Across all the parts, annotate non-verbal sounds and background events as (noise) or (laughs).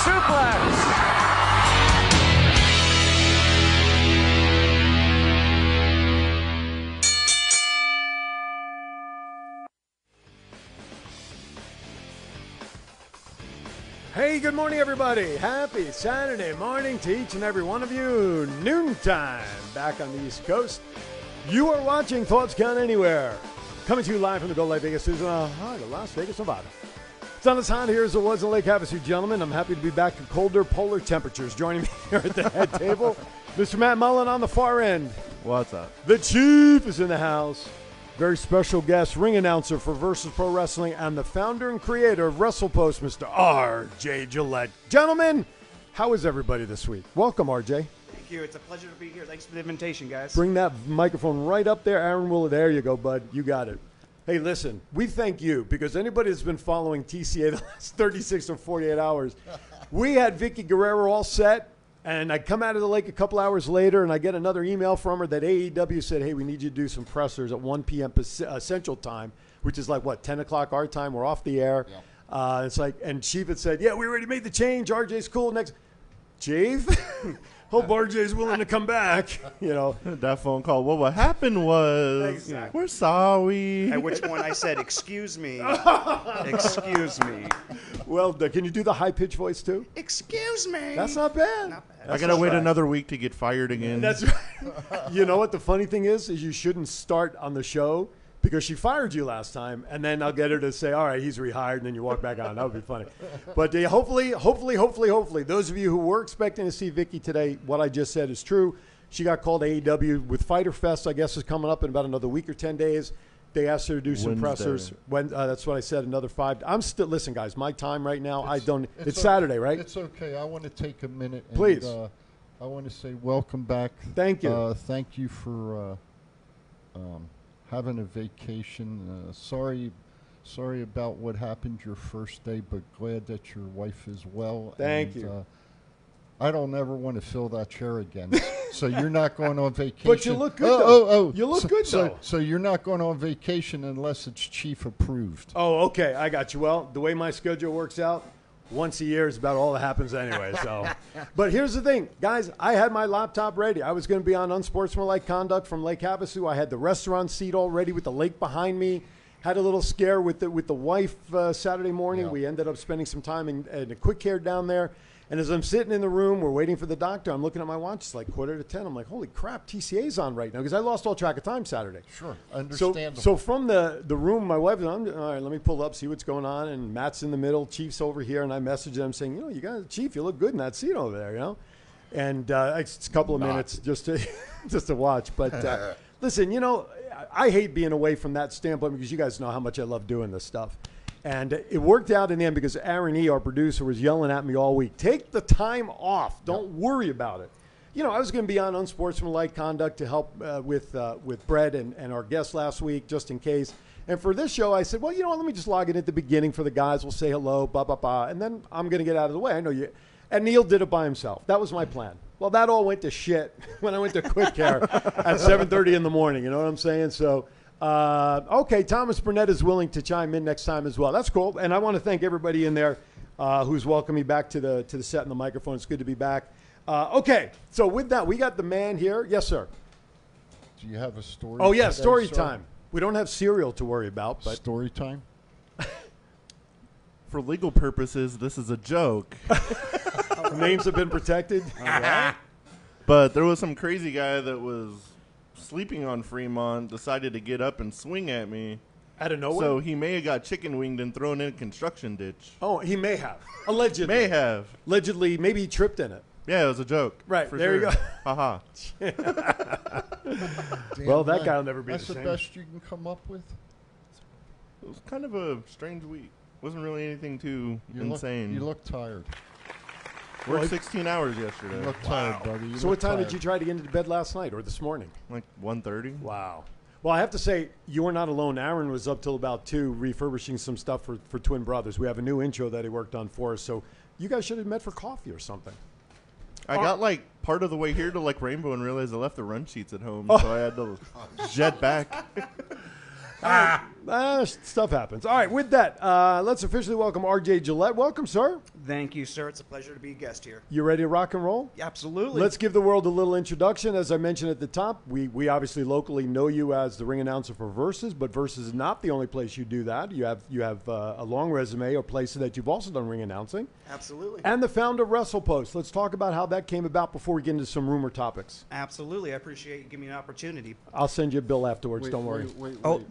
suplex. Hey, good morning, everybody. Happy Saturday morning to each and every one of you. Noontime back on the East Coast. You are watching Thoughts Count Anywhere, coming to you live from the Gold Light Vegas Studios, uh, hi, to Las Vegas, Nevada. It's not as hot here as it was in Lake Havasu, gentlemen. I'm happy to be back to colder polar temperatures. Joining me (laughs) here at the head table, Mr. Matt Mullen on the far end. What's up? The Chief is in the house. Very special guest, ring announcer for Versus Pro Wrestling, and the founder and creator of WrestlePost, Mr. R.J. Gillette. Gentlemen, how is everybody this week? Welcome, R.J. Thank you. It's a pleasure to be here. Thanks for the invitation, guys. Bring that microphone right up there, Aaron Willa. There you go, bud. You got it. Hey, listen, we thank you because anybody that's been following TCA (laughs) the last 36 or 48 hours, we had Vicky Guerrero all set, and I come out of the lake a couple hours later, and I get another email from her that AEW said, hey, we need you to do some pressers at 1 p.m. Paci- uh, Central Time, which is like, what, 10 o'clock our time? We're off the air. Uh, it's like, and Chief had said, yeah, we already made the change. RJ's cool. Next, Chief? (laughs) Hope RJ's willing to come back, (laughs) you know. That phone call. Well, what happened was Exactly. we're sorry. At which point I said, (laughs) "Excuse me, excuse me, Well, the- can you do the high pitched voice too? excuse me." That's not bad. I gotta wait another week to get fired again. That's right. you know what the funny thing is is you shouldn't start on the show because she fired you last time, and then I'll get her to say, "All right, he's rehired," and then you walk back on. That would be funny. But uh, hopefully, hopefully, hopefully, hopefully, those of you who were expecting to see Vicky today, what I just said is true. She got called to AEW with Fighter Fest. I guess is coming up in about another week or ten days. They asked her to do some Wednesday. pressers. When uh, that's what I said. Another five. I'm still listen, guys. My time right now. I don't. It's, Saturday, right? It's okay. I want to take a minute. And, Please. Uh, I want to say welcome back. Thank you. Uh, thank you for uh, um, having a vacation. Uh, sorry, sorry about what happened your first day, but glad that your wife is well. Thank and, you. Uh, I don't ever want to fill that chair again. (laughs) so you're not going on vacation. look good, Oh, though. oh, oh. You look so, good, so, though. So you're not going on vacation unless it's chief approved. Oh, okay. I got you. Well, the way my schedule works out, once a year is about all that happens anyway. So, but here's the thing, guys. I had my laptop ready. I was going to be on unsportsmanlike conduct from Lake Havasu. I had the restaurant seat all ready with the lake behind me. Had a little scare with the with the wife uh, Saturday morning. We ended up spending some time in, in a quick care down there. And as I'm sitting in the room, we're waiting for the doctor. I'm looking at my watch. It's like quarter to ten. I'm like, holy crap, TCA's on right now because I lost all track of time Saturday. Sure. So, Understandable. so from the, the room, my wife, I'm, all right, let me pull up, see what's going on. And Matt's in the middle, Chief's over here. And I message them saying, you know, you guys, Chief, you look good in that seat over there, you know? And uh, it's it's a couple of minutes just to, (laughs) just to watch. But uh, listen, you know, I I hate being away from that standpoint because you guys know how much I love doing this stuff. And it worked out in the end because Aaron E., our producer, was yelling at me all week take the time off, don't worry about it you know, I was going to be on unsportsmanlike conduct to help uh, with uh, with Brett and, and our guest last week, just in case. And for this show, I said, well, you know what? Let me just log in at the beginning for the guys. We'll say hello, blah blah blah, and then I'm going to get out of the way. I know you. And Neil did it by himself. That was my plan. Well, that all went to shit (laughs) when I went to quick care at 7:30 in the morning. You know what I'm saying? So. Uh, okay, Thomas Burnett is willing to chime in next time as well. That's cool, and I want to thank everybody in there uh, who's welcomed me back to the to the set and the microphone. It's good to be back. Uh, okay, so with that, we got the man here. Yes, sir. Do you have a story? Oh, yeah, today, story sir? time. We don't have cereal to worry about, but story time. For legal purposes, this is a joke. (laughs) names have been (laughs) protected. but there was some crazy guy that was sleeping on Fremont, decided to get up and swing at me. Out of nowhere. So he may have got chicken winged and thrown in a construction ditch. oh, he may have. Allegedly. May have. Allegedly, maybe he tripped in it. Yeah, it was a joke. Right, for there you sure. go. Haha. Damn Well, that right. guy'll never be That's the the, same. best you can come up with. It was kind of a strange week. Wasn't really anything too You insane. Look, you look tired. Worked 16 hours yesterday. You Uh, look tired, buddy. You So, look what time did tired. you try to get into bed last night or this morning? Like 1:30. Wow. Well, I have to say, you were not alone. Aaron was up till about two refurbishing some stuff for, for Twin Brothers. We have a new intro that he worked on for us. So, you guys should have met for coffee or something. I uh, got like part of the way here to like Rainbow and realized I left the run sheets at home, Oh. so I had (laughs) to jet back. Ah, stuff happens. All right, with that, uh, let's officially welcome RJ Gillette. Welcome, sir. Thank you, sir. It's a pleasure to be a guest here. You ready to rock and roll? Absolutely. Let's give the world a little introduction. As I mentioned at the top, we, we obviously locally know you as the ring announcer for Versus, but Versus is not the only place you do that. You have you have uh, a long resume of places that you've also done ring announcing, Absolutely. and the founder of WrestlePost. Let's talk about how that came about before we get into some rumor topics. Absolutely. I appreciate you giving me an opportunity. I'll send you a bill afterwards. Wait, don't worry. Wait, wait, Oh. wait.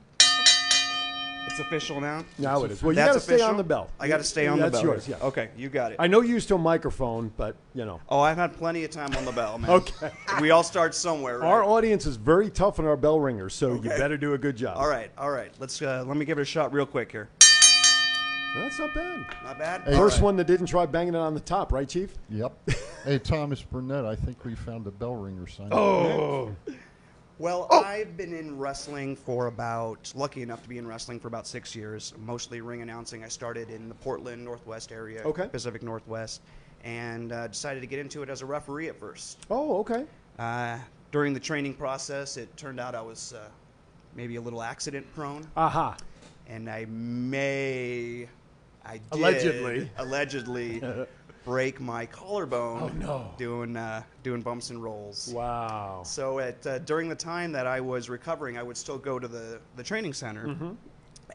It's official now. Now it is. Well, you That's got to stay official? on the bell. I got to stay on That's the bell. yours. Yeah. Okay, you got it. I know you used to a microphone, but you know. oh, I've had plenty of time on the bell, man. Okay. We all start somewhere, right? Our audience is very tough on our bell ringers, so you Okay. better do a good job. all right, all right. Let's uh, let me give it a shot real quick here. That's not bad. Not bad. Hey, All First right. one that didn't try banging it on the top, right, Chief? Yep. (laughs) hey, Thomas Burnett, I think we found a bell ringer sign. Oh. Well, I've been in wrestling for about, lucky enough to be in wrestling for about six years, mostly ring announcing. I started in the Portland, Northwest area, Okay. Pacific Northwest, and uh, decided to get into it as a referee at first. Oh, okay. Uh, during the training process, it turned out I was uh, maybe a little accident prone, Aha. and I may, I did, Allegedly. allegedly (laughs) break my collarbone Oh, no. doing uh, doing bumps and rolls. Wow. So at uh, during the time that I was recovering, I would still go to the the training center,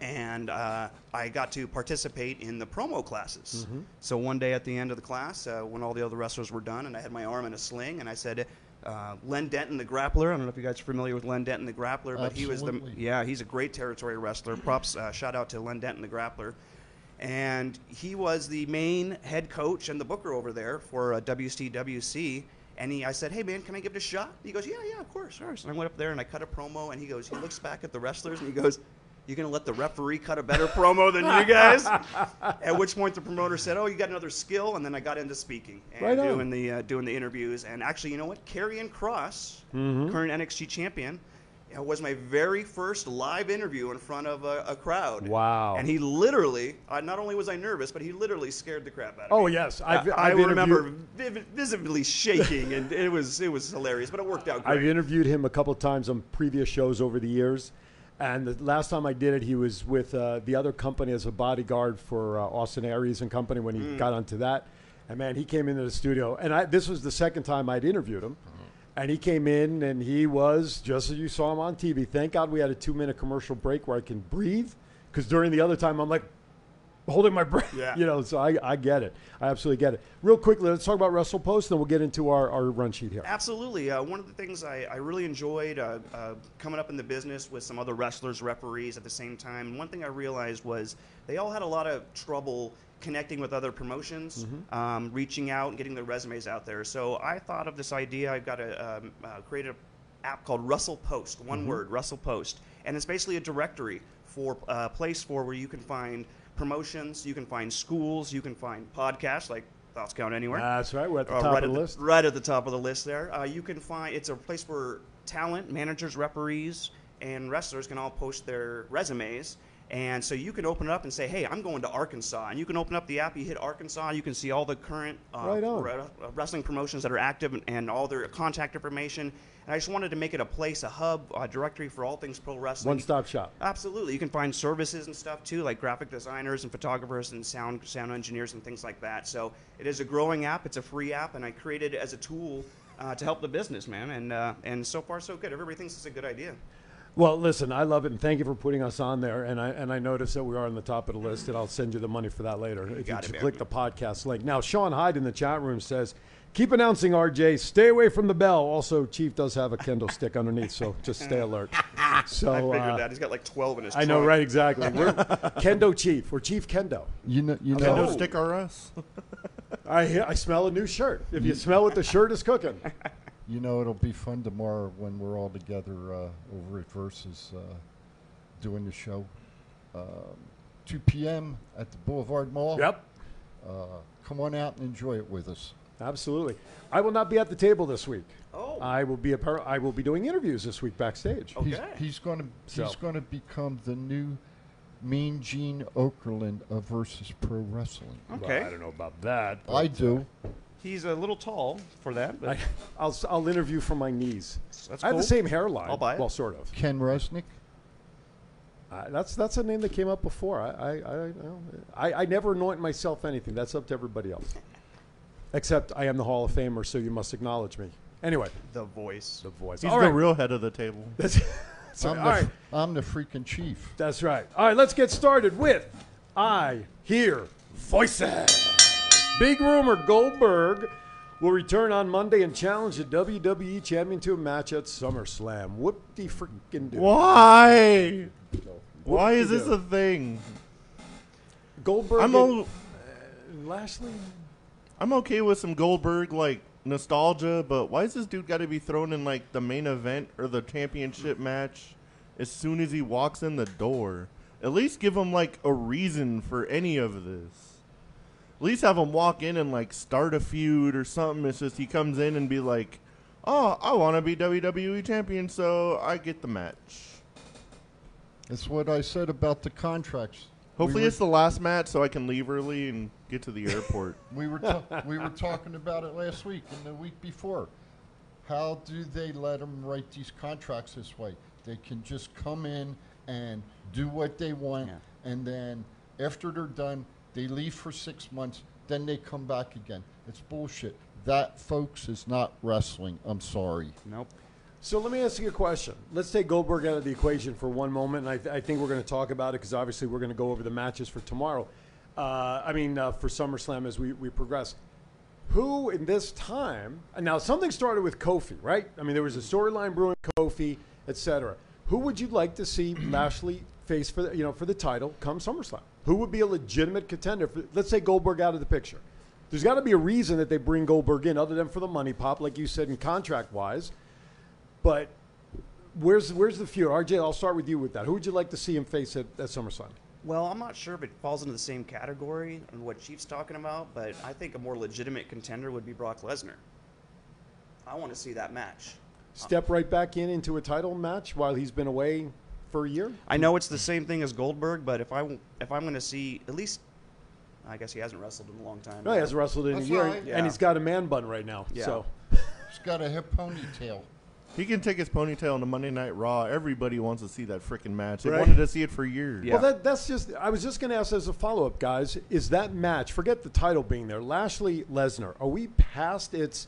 and uh, I got to participate in the promo classes. So one day at the end of the class, uh, when all the other wrestlers were done, and I had my arm in a sling, and I said. Uh, Len Denton, the grappler. I don't know if you guys are familiar with Len Denton, the grappler, but he was the Absolutely. yeah, he's a great territory wrestler. Props, uh, shout out to Len Denton, the grappler. And he was the main head coach and the booker over there for uh, WCWC. And he, I said, hey man, can I give it a shot? He goes, yeah, yeah, of course, of course. And I went up there and I cut a promo. And he goes, he looks back at the wrestlers and he goes, you're gonna let the referee cut a better promo than you guys? at which point the promoter said, oh, you got another skill. And then I got into speaking and Right on. doing the uh, doing the interviews. And actually, you know what? Karrion Cross, Mm-hmm. current NXT champion, uh, was my very first live interview in front of a, a crowd. Wow. And he literally, uh, not only was I nervous, but he literally scared the crap out of Oh, me. yes. I've, I, I I've remember interviewed- vivid, visibly shaking, and it was it was hilarious, but it worked out I've Oh, great. interviewed him a couple of times on previous shows over the years. And the last time I did it, he was with uh, the other company as a bodyguard for uh, Austin Aries and Company when he Mm. got onto that. And man, he came into the studio. And I, this was the second time I'd interviewed him. Mm-hmm. And he came in and he was just as you saw him on TV. Thank God we had a two minute commercial break where I can breathe. Because during the other time, I'm like, holding my (laughs) breath. Yeah. You know, so I, I get it. I absolutely get it. Real quickly, let's talk about Russell Post, then we'll get into our, our run sheet here. Absolutely. Uh, one of the things I, I really enjoyed uh, uh, coming up in the business with some other wrestlers, referees at the same time, one thing I realized was they all had a lot of trouble connecting with other promotions, um, reaching out, and getting their resumes out there. So I thought of this idea. I've got to um, uh, create an app called Russell Post, one word, Russell Post. And it's basically a directory for a place for where you can find promotions, you can find schools, you can find podcasts like Thoughts Count Anywhere. That's right. We're at the Uh, top right of at the list. Right at the top of the list there. Uh, you can find it's a place where talent, managers, referees, and wrestlers can all post their resumes. And so you can open it up and say, "Hey, I'm going to Arkansas." And you can open up the app. You hit Arkansas. You can see all the current uh, Right on. re- uh, wrestling promotions that are active and, and all their contact information. And I just wanted to make it a place, a hub, a directory for all things pro wrestling. One stop shop. Absolutely, you can find services and stuff too, like graphic designers and photographers and sound sound engineers and things like that. So it is a growing app. It's a free app, and I created it as a tool uh, to help the business, man. And uh, and so far so good. Everybody thinks it's a good idea. Well, listen, I love it, and thank you for putting us on there. And I and I noticed that we are on the top of the list, and I'll send you the money for that later if you got it, should man. click the podcast link. Now, Sean Hyde in the chat room says, "Keep announcing, RJ. Stay away from the bell." Also, Chief does have a Kendall stick underneath, so just stay (laughs) alert. So I figured uh, that he's got like twelve in his. I know, trunk. right? Exactly. (laughs) We're Kendo Chief. We're Chief Kendo. You know, you Can Oh. know, no stick or us? I hear- I smell a new shirt. If you smell what the shirt is (laughs) cooking. you know, it'll be fun tomorrow when we're all together uh, over at Versus uh, doing the show. Um, 2 p.m. at the Boulevard Mall. Yep. Uh, come on out and enjoy it with us. Absolutely. I will not be at the table this week. Oh. I will be appar- I will be doing interviews this week backstage. He's, Okay. he's going to So. he's going to become the new Mean Gene Okerlund of Versus Pro Wrestling. Okay. Well, I don't know about that. but- I do. He's a little tall for that, but I, (laughs) I'll, s- I'll interview from my knees. That's I have the cool. same hairline. I'll buy it. Well, sort of. Ken Resnick. I I, that's that's a name that came up before. I I, I, don't know. I I never anoint myself anything. That's up to everybody else. Except I am the Hall of Famer, so you must acknowledge me. Anyway, The voice. the voice. He's All the right. real head of the table. That's, (laughs) that's I'm, right. the, All right. I'm the freaking chief. That's right. All right, let's get started with I Hear Voices. Big rumor Goldberg will return on Monday and challenge the WWE Champion to a match at SummerSlam. Whoop de freaking do. Why? Why is this a thing? Goldberg I'm and, o- and Lashley? I'm okay with some Goldberg like nostalgia, but why is this dude got to be thrown in like the main event or the championship match as soon as he walks in the door? At least give him like a reason for any of this. At least have him walk in and like start a feud or something. It's just he comes in and be like, "Oh, I want to be WWE champion, so I get the match." It's what I said about the contracts. Hopefully, we it's the last match, so I can leave early and get to the airport. We were ta- we were talking about it last week and the week before. How do they let them write these contracts this way? They can just come in and do what they want, Yeah. and then after they're done, they leave for six months. Then they come back again. It's bullshit. That, folks, is not wrestling. I'm sorry. Nope. So let me ask you a question. Let's take Goldberg out of the equation for one moment, and I, th- I think we're going to talk about it because obviously we're going to go over the matches for tomorrow. Uh, I mean, uh, for SummerSlam as we, we progress. Who in this time? and Now something started with Kofi, right? I mean, there was a storyline brewing, Kofi, etc. Who would you like to see (clears throat) Lashley face for the, you know for the title come SummerSlam? Who would be a legitimate contender? For, let's say Goldberg out of the picture. There's got to be a reason that they bring Goldberg in, other than for the money pop, like you said, in contract wise. But where's where's the feud? RJ, I'll start with you with that. Who would you like to see him face at, at SummerSlam? Well, I'm not sure if it falls into the same category and what Chief's talking about, but I think a more legitimate contender would be Brock Lesnar. I want to see that match. Step right back in into a title match while he's been away for a year. I know it's the same thing as Goldberg, but if I w- if I'm going to see at least, I guess he hasn't wrestled in a long time. No, he hasn't wrestled in That's a year, right. and Yeah. he's got a man bun right now. Yeah. So It's got a hip ponytail. He can take his ponytail on a Monday Night Raw. Everybody wants to see that freaking match. They Right. wanted to see it for years. Yeah. Well, that, that's just. I was just going to ask as a follow up, guys. Is that match? Forget the title being there. Lashley Lesnar. Are we past its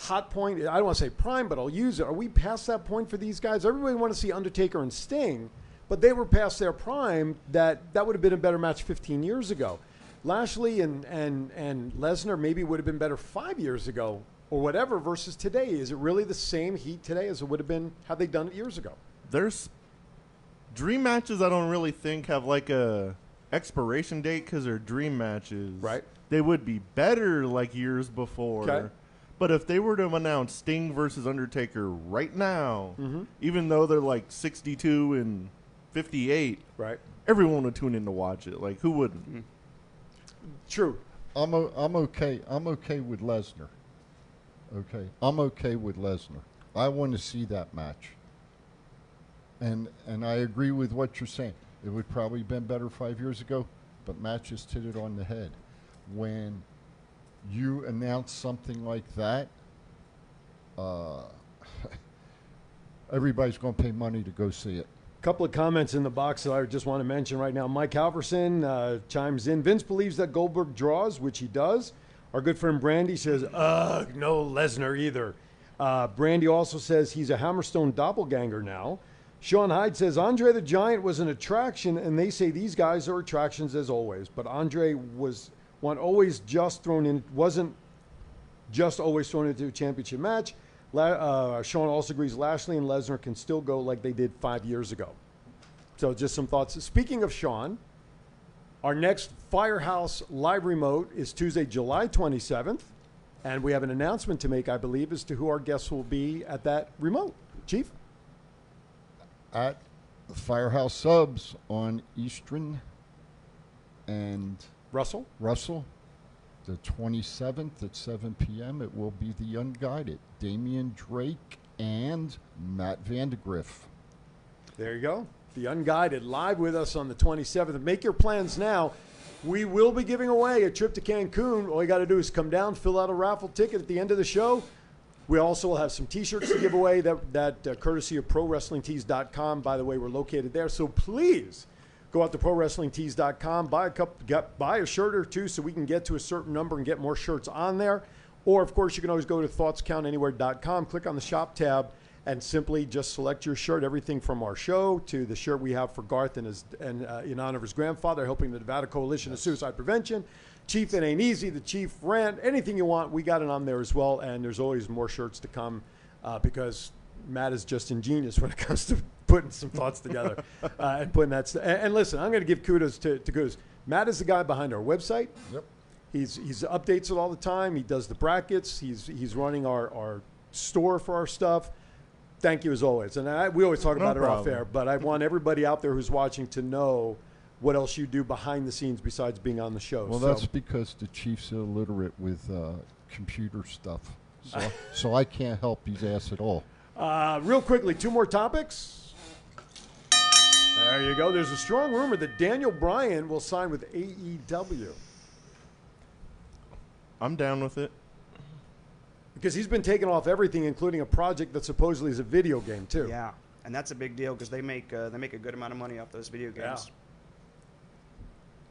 hot point? I don't want to say prime, but I'll use it. Are we past that point for these guys? Everybody want to see Undertaker and Sting, but they were past their prime. That that would have been a better match 15 years ago. Lashley and and and Lesnar maybe would have been better five years ago or whatever. Versus today, is it really the same heat today as it would have been had they done it years ago? There's dream matches I don't really think have like a expiration date because they're dream matches. Right. They would be better like years before. Okay. But if they were to announce Sting versus Undertaker right now, Mm-hmm. even though they're like 62 and 58, Right. everyone would tune in to watch it. Like, who wouldn't? Mm-hmm. True. I'm, o- I'm okay. I'm okay with Lesnar. Okay. I'm okay with Lesnar. I want to see that match. And and I agree with what you're saying. It would probably have been better five years ago, but Matt just hit it on the head. When you announce something like that, uh, (laughs) everybody's going to pay money to go see it. Couple of comments in the box that I just want to mention right now. Mike Halverson uh, chimes in. Vince believes that Goldberg draws, which he does. Our good friend Brandy says, "Ugh, no Lesnar either." Uh, Brandy also says he's a Hammerstone doppelganger now. Sean Hyde says Andre the Giant was an attraction, and they say these guys are attractions as always. But Andre was one always just thrown in, wasn't just always thrown into a championship match. La- uh, Sean also agrees Lashley and Lesnar can still go like they did five years ago. So, just some thoughts. Speaking of Sean, our next Firehouse live remote is Tuesday, July 27th. And we have an announcement to make, I believe, as to who our guests will be at that remote. Chief? at the Firehouse Subs on Eastern and Russell? Russell, the 27th at 7 p.m. It will be the Unguided, Damian Drake and Matt Vandegrift. There you go. The Unguided live with us on the 27th. Make your plans now. We will be giving away a trip to Cancun. All you got to do is come down, fill out a raffle ticket at the end of the show. We also will have some T-shirts to give away. That that uh, courtesy of ProWrestlingTees.com. By the way, we're located there, so please go out to ProWrestlingTees.com, buy a cup, get, buy a shirt or two, so we can get to a certain number and get more shirts on there. Or of course, you can always go to ThoughtsCountAnywhere.com, click on the shop tab, and simply just select your shirt. Everything from our show to the shirt we have for Garth and his and uh, in honor of his grandfather, helping the Nevada Coalition of Suicide Prevention. Chief It Ain't Easy, the Chief Rant, anything you want, we got it on there as well. And there's always more shirts to come uh, because Matt is just ingenious when it comes to (laughs) putting some thoughts (laughs) together uh, and putting that. St- and, and listen, I'm going to give kudos to, to kudos. Matt is the guy behind our website. Yep. He's he's updates it all the time. He does the brackets. He's he's running our, our store for our stuff. Thank you as always. And I, we always talk No about it off problem. air, but (laughs) I want everybody out there who's watching to know what else you do behind the scenes besides being on the show. Well, So- that's because the chief's illiterate with uh, computer stuff, so (laughs) so I can't help his ass at all. Uh, real quickly, two more topics. There you go. There's a strong rumor that Daniel Bryan will sign with E AEW I'm down with it. because he's been taken off everything, including a project that supposedly is a video game too. Yeah, and that's a big deal because they make uh, they make a good amount of money off those video games.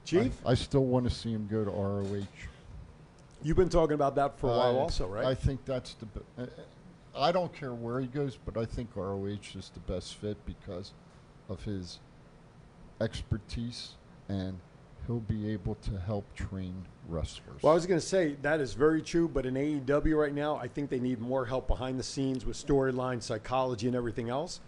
Chief, I still want to see him go to ROH. you've been talking about that for a while, I- also, right? Uh, I think that's the. b- uh, I don't care where he goes, but I think ROH is the best fit because of his expertise, and he'll be able to help train wrestlers. Well, I was going to say that is very true, but in AEW right now, I think they need more help behind the scenes with storyline, psychology, and everything else.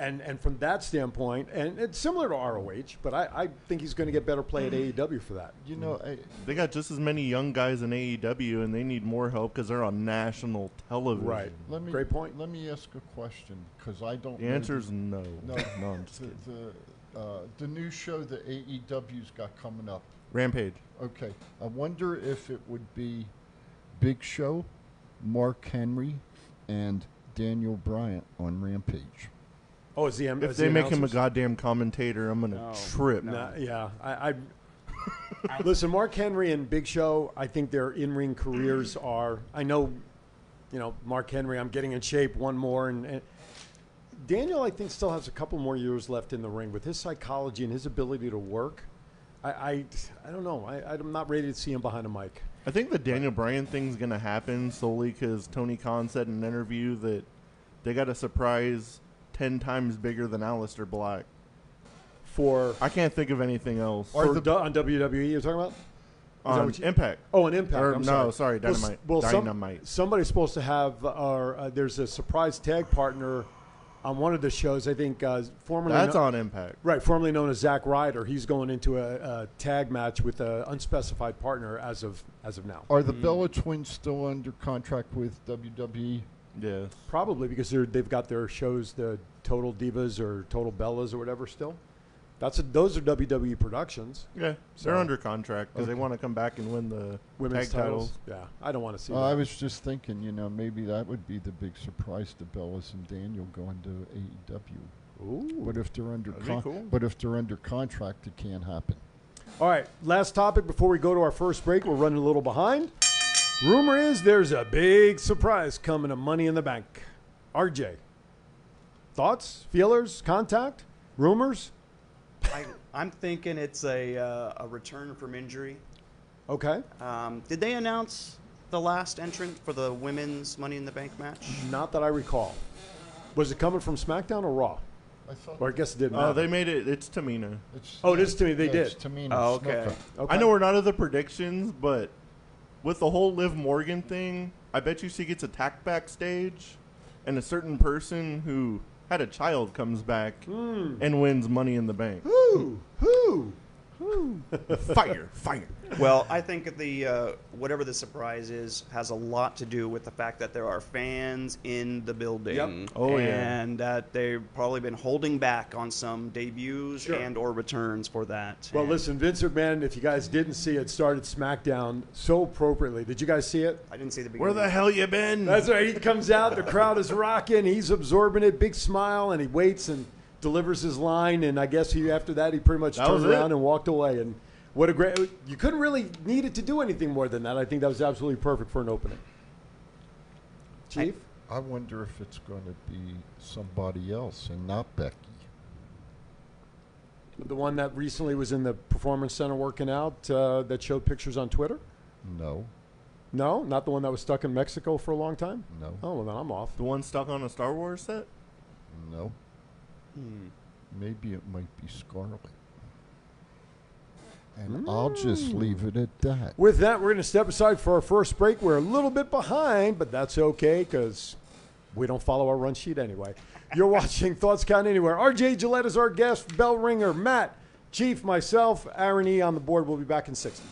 And and from that standpoint, and it's similar to ROH, but I, I think he's going to get better play at AEW for that. you know, I, They got just as many young guys in AEW, and they need more help because they're on national television. Right. let me Great point. Let me ask a question because I don't. The know answer is no. No. (laughs) no, I'm (laughs) just the kidding. the, uh, the new show that AEW's got coming up. Rampage. Okay, I wonder if it would be Big Show, Mark Henry, and Daniel Bryant on Rampage. Oh, is the M- If is they the make him a announcers- goddamn commentator, I'm gonna No. trip. No. Nah, yeah, I, (laughs) I listen. Mark Henry and Big Show. I think their in-ring careers are. I know, you know, Mark Henry. I'm getting in shape. One more, and, and Daniel. I think still has a couple more years left in the ring with his psychology and his ability to work. I, I, I don't know. I, I'm not ready to see him behind a mic. I think the Daniel Bryan thing's gonna happen solely because Tony Khan said in an interview that they got a surprise ten times bigger than Aleister Black. For, I can't think of anything else. for du- on WWE, you're talking about? that on what you- Impact. Oh, an impact. Or, I'm no, sorry, sorry, Well, s- Dynamite. Well, some- Dynamite. somebody's supposed to have, or uh, there's a surprise tag partner on one of the shows. I think uh, formerly That's kno- on Impact. right, formerly known as Zack Ryder. He's going into a, a tag match with an unspecified partner as of as of now. Are the Bella twins still under contract with E? WWE? Yes. Probably because they're, they've got their shows, the Total Divas or Total Bellas or whatever. Still, that's a, those are WWE productions. Yeah. So- They're under contract because they want to come back and win the Women's tag titles. titles. Yeah, I don't want to see. Uh, I that. was just thinking, you know, maybe that would be the big surprise to Bellas and Daniel going to AEW. Ooh. But if they're under That'd be con- cool. but if they're under contract, it can't happen. All right, last topic before we go to our first break. We're running a little behind. Rumor is there's a big surprise coming to Money in the Bank. RJ, thoughts, feelers, contact, rumors? I, I'm thinking it's a uh, a return from injury. Okay, Um, did they announce the last entrant for the women's Money in the Bank match? not that I recall. Was it coming from SmackDown or Raw? I thought Or I guess it didn't. Oh, matter. they made it. It's Tamina. it's, Oh, it is to me, they yeah, it's did. Tamina Oh, Snuka. okay. Okay. I know we're not of the predictions, but with the whole Liv Morgan thing, I bet you she gets attacked backstage, and a certain person who had a child comes back and wins Money in the Bank. Hmm. Who? (laughs) Who? fire, fire. Well, I think the uh, whatever the surprise is has a lot to do with the fact that there are fans in the building. Yep. Oh, yeah. and that they've probably been holding back on some debuts Sure. and or returns for that. Well, And listen, Vince McMahon, if you guys didn't see it, started SmackDown so appropriately. Did you guys see it? I didn't see the Where beginning. the hell you been? That's right. He comes out, the crowd is rocking, he's absorbing it, big smile, and he waits and delivers his line. And I guess he after that he pretty much That turned was it. around and walked away. And what a great! You couldn't really need it to do anything more than that. I think that was absolutely perfect for an opening. Chief? I wonder if it's going to be somebody else and not Becky. the one that recently was in the performance center working out uh, that showed pictures on Twitter? No, No, not the one that was stuck in Mexico for a long time. no, Oh well, then I'm off. The one stuck on a Star Wars set? no. Hmm. Maybe it might be Scarlet. And I'll just leave it at that. With that, we're going to step aside for our first break. We're a little bit behind, but that's okay because we don't follow our run sheet anyway. You're watching (laughs) Thoughts Count Anywhere. RJ Gillette is our guest, bell ringer, Matt, Chief, myself, Aaron E. on the board. We'll be back in 60.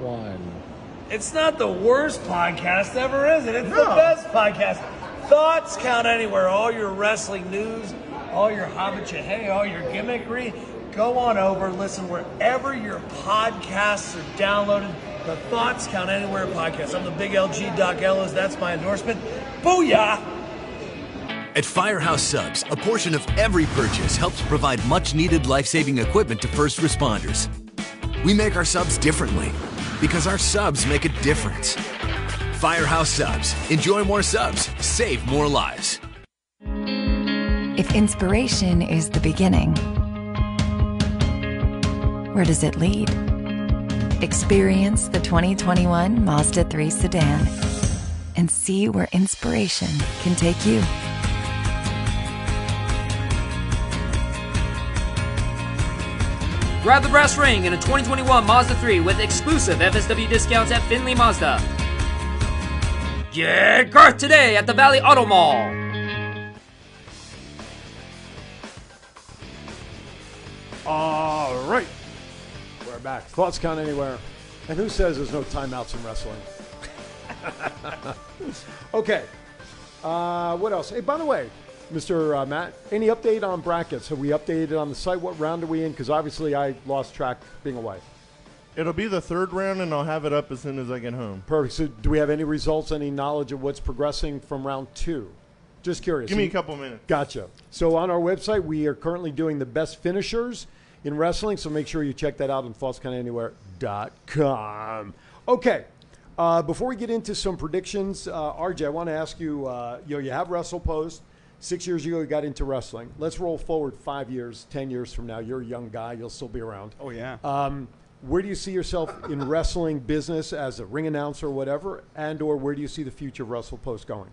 One. It's not the worst podcast ever, is it? It's the best podcast. Thoughts count anywhere. All your wrestling news, all your hobbitcha hey, all your gimmickry. Go on over, listen wherever your podcasts are downloaded. The Thoughts Count Anywhere podcast. I'm the big LG Doc Ellis. That's my endorsement. Booyah! At Firehouse Subs, a portion of every purchase helps provide much needed life saving equipment to first responders. We make our subs differently because our subs make a difference. Firehouse Subs. Enjoy more subs, save more lives. If inspiration is the beginning, where does it lead? Experience the 2021 Mazda 3 sedan and see where inspiration can take you. Grab the brass ring in a 2021 Mazda 3 with exclusive FSW discounts at Finley Mazda. Get Garth today at the Valley Auto Mall. All right. We're back. Thoughts count anywhere. And who says there's no timeouts in wrestling? (laughs) okay. Uh, what else? Hey, by the way, Mr. Uh, Matt, any update on brackets? Have we updated on the site? What round are we in? Because obviously I lost track being away. It'll be the third round, and I'll have it up as soon as I get home. Perfect. So do we have any results, any knowledge of what's progressing from round two? Just curious. Give me a couple minutes. Gotcha. So on our website, we are currently doing the best finishers in wrestling. So make sure you check that out on thoughtskindanywhere.com. Okay. Uh, before we get into some predictions, uh, RJ, I want to ask you. Uh, you know, you have WrestlePost. Six years ago, you got into wrestling. Let's roll forward five years, ten years from now. You're a young guy. You'll still be around. Oh yeah. Um, where do you see yourself in wrestling business as a ring announcer, or whatever, and or where do you see the future of WrestlePost going?